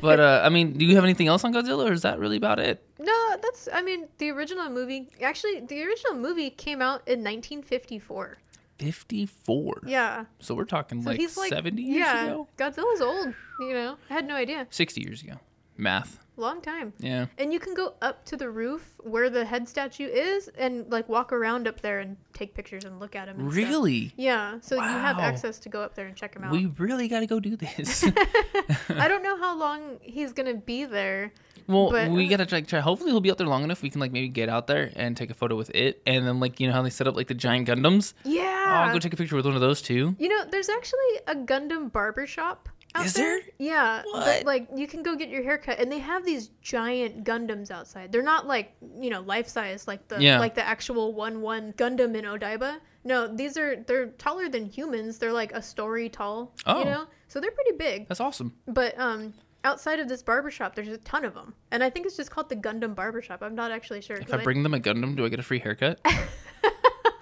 Speaker 3: But uh, I mean, do you have anything else on Godzilla, or is that really about it?
Speaker 2: No, that's, I mean, the original movie, actually, the original movie came out in 1954.
Speaker 3: Fifty-four.
Speaker 2: Yeah.
Speaker 3: So we're talking
Speaker 2: So
Speaker 3: like
Speaker 2: he's like,
Speaker 3: seventy years
Speaker 2: yeah,
Speaker 3: ago,
Speaker 2: Godzilla's old, you know? I had no idea.
Speaker 3: sixty years ago. Math.
Speaker 2: Long time.
Speaker 3: Yeah.
Speaker 2: And you can go up to the roof where the head statue is and like walk around up there and take pictures and look at him. and stuff.
Speaker 3: Really?
Speaker 2: Yeah. So you have
Speaker 3: Wow.
Speaker 2: access to go up there and check him out.
Speaker 3: We really got to go do this.
Speaker 2: I don't know how long he's gonna be there.
Speaker 3: well,
Speaker 2: But- uh,
Speaker 3: we got to try, try. Hopefully, he'll be out there long enough. We can like maybe get out there and take a photo with it, and then like you know how they set up like the giant Gundams. Oh,
Speaker 2: Yeah.
Speaker 3: I'll go take a picture with one of those too.
Speaker 2: You know, there's actually a Gundam barber shop. Out
Speaker 3: Is there?
Speaker 2: Yeah.
Speaker 3: What?
Speaker 2: But, like you can go get your haircut and they have these giant Gundams outside. They're not like, you know, life size like the
Speaker 3: Yeah.
Speaker 2: like the actual one one Gundam in Odaiba. No, these are they're taller than humans. They're like a story tall.
Speaker 3: Oh.
Speaker 2: You know? So they're pretty big.
Speaker 3: That's awesome.
Speaker 2: But um outside of this barber shop there's a ton of them. And I think it's just called the Gundam barber shop. I'm not actually sure.
Speaker 3: If
Speaker 2: 'cause
Speaker 3: I bring them a Gundam, do I get a free haircut?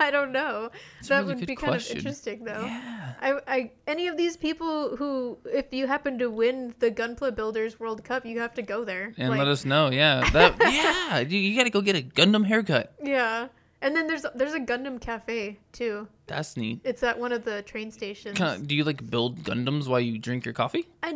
Speaker 2: I don't know.
Speaker 3: a
Speaker 2: that
Speaker 3: really
Speaker 2: would
Speaker 3: good
Speaker 2: be
Speaker 3: question.
Speaker 2: kind of interesting, though.
Speaker 3: Yeah.
Speaker 2: I, I, any of these people who, if you happen to win the Gunpla Builders World Cup, you have to go there.
Speaker 3: And
Speaker 2: Like,
Speaker 3: let us know. Yeah. That, yeah. You, you got to go get a Gundam haircut.
Speaker 2: Yeah, and then there's there's a Gundam cafe too.
Speaker 3: That's neat.
Speaker 2: It's at one of the train stations.
Speaker 3: Kinda, do you like build Gundams while you drink your coffee?
Speaker 2: I, I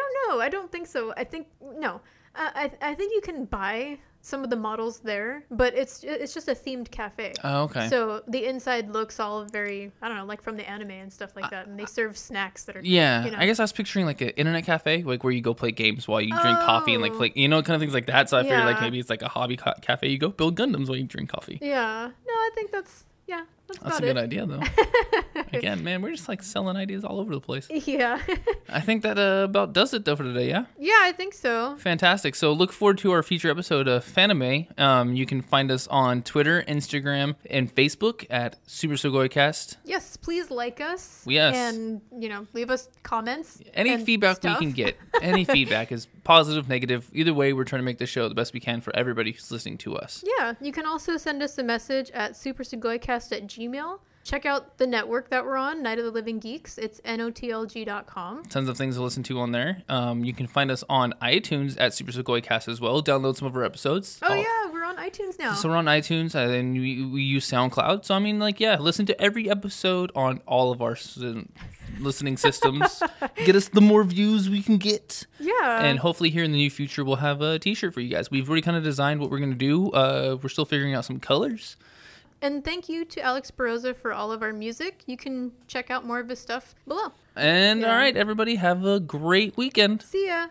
Speaker 2: don't know. I don't think so. I think no. Uh, I I think you can buy some of the models there, but it's it's just a themed cafe.
Speaker 3: Oh, okay.
Speaker 2: So the inside looks all very I don't know, like from the anime and stuff like that, and they serve snacks that are
Speaker 3: yeah.
Speaker 2: you know.
Speaker 3: I guess I was picturing like an internet cafe, like where you go play games while you drink coffee and like
Speaker 2: Oh.
Speaker 3: play, you know, kind of things like that. So I figured like
Speaker 2: Yeah.
Speaker 3: maybe it's like a hobby ca- cafe. You go build Gundams while you drink coffee.
Speaker 2: Yeah. No, I think that's yeah. That's,
Speaker 3: That's
Speaker 2: about
Speaker 3: a good
Speaker 2: it.
Speaker 3: idea, though. Again, man, we're just like selling ideas all over the place.
Speaker 2: Yeah.
Speaker 3: I think that uh, about does it though for today. Yeah.
Speaker 2: yeah, I think so.
Speaker 3: Fantastic. So look forward to our future episode of Fanime. Um, you can find us on Twitter, Instagram, and Facebook at Super Sugoicast.
Speaker 2: Yes, please like us.
Speaker 3: Yes.
Speaker 2: And you know, leave us comments.
Speaker 3: Any
Speaker 2: and
Speaker 3: feedback
Speaker 2: stuff.
Speaker 3: we can get, any feedback is positive, negative. Either way, we're trying to make the show the best we can for everybody who's listening to us.
Speaker 2: Yeah. You can also send us a message at supersugoicast at gmail. Check out the network that we're on, Night of the Living Geeks. It's notlg.com.
Speaker 3: Tons of things to listen to on there. Um, you can find us on iTunes at Super Sugoicast as well. Download some of our episodes.
Speaker 2: Oh,
Speaker 3: All-
Speaker 2: yeah, we're on iTunes now.
Speaker 3: So we're on iTunes uh, and we, we use SoundCloud. So I mean, like, yeah, listen to every episode on all of our s- listening systems. get us the more views we can get,
Speaker 2: yeah.
Speaker 3: and hopefully here in the new future we'll have a T-shirt for you guys. We've already kind of designed what we're gonna do. Uh, we're still figuring out some colors.
Speaker 2: and thank you to Alex Baroza for all of our music. You can check out more of his stuff below.
Speaker 3: And
Speaker 2: Yeah.
Speaker 3: all right, everybody, have a great weekend.
Speaker 2: See ya.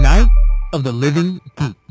Speaker 1: Night of the Living Geeks.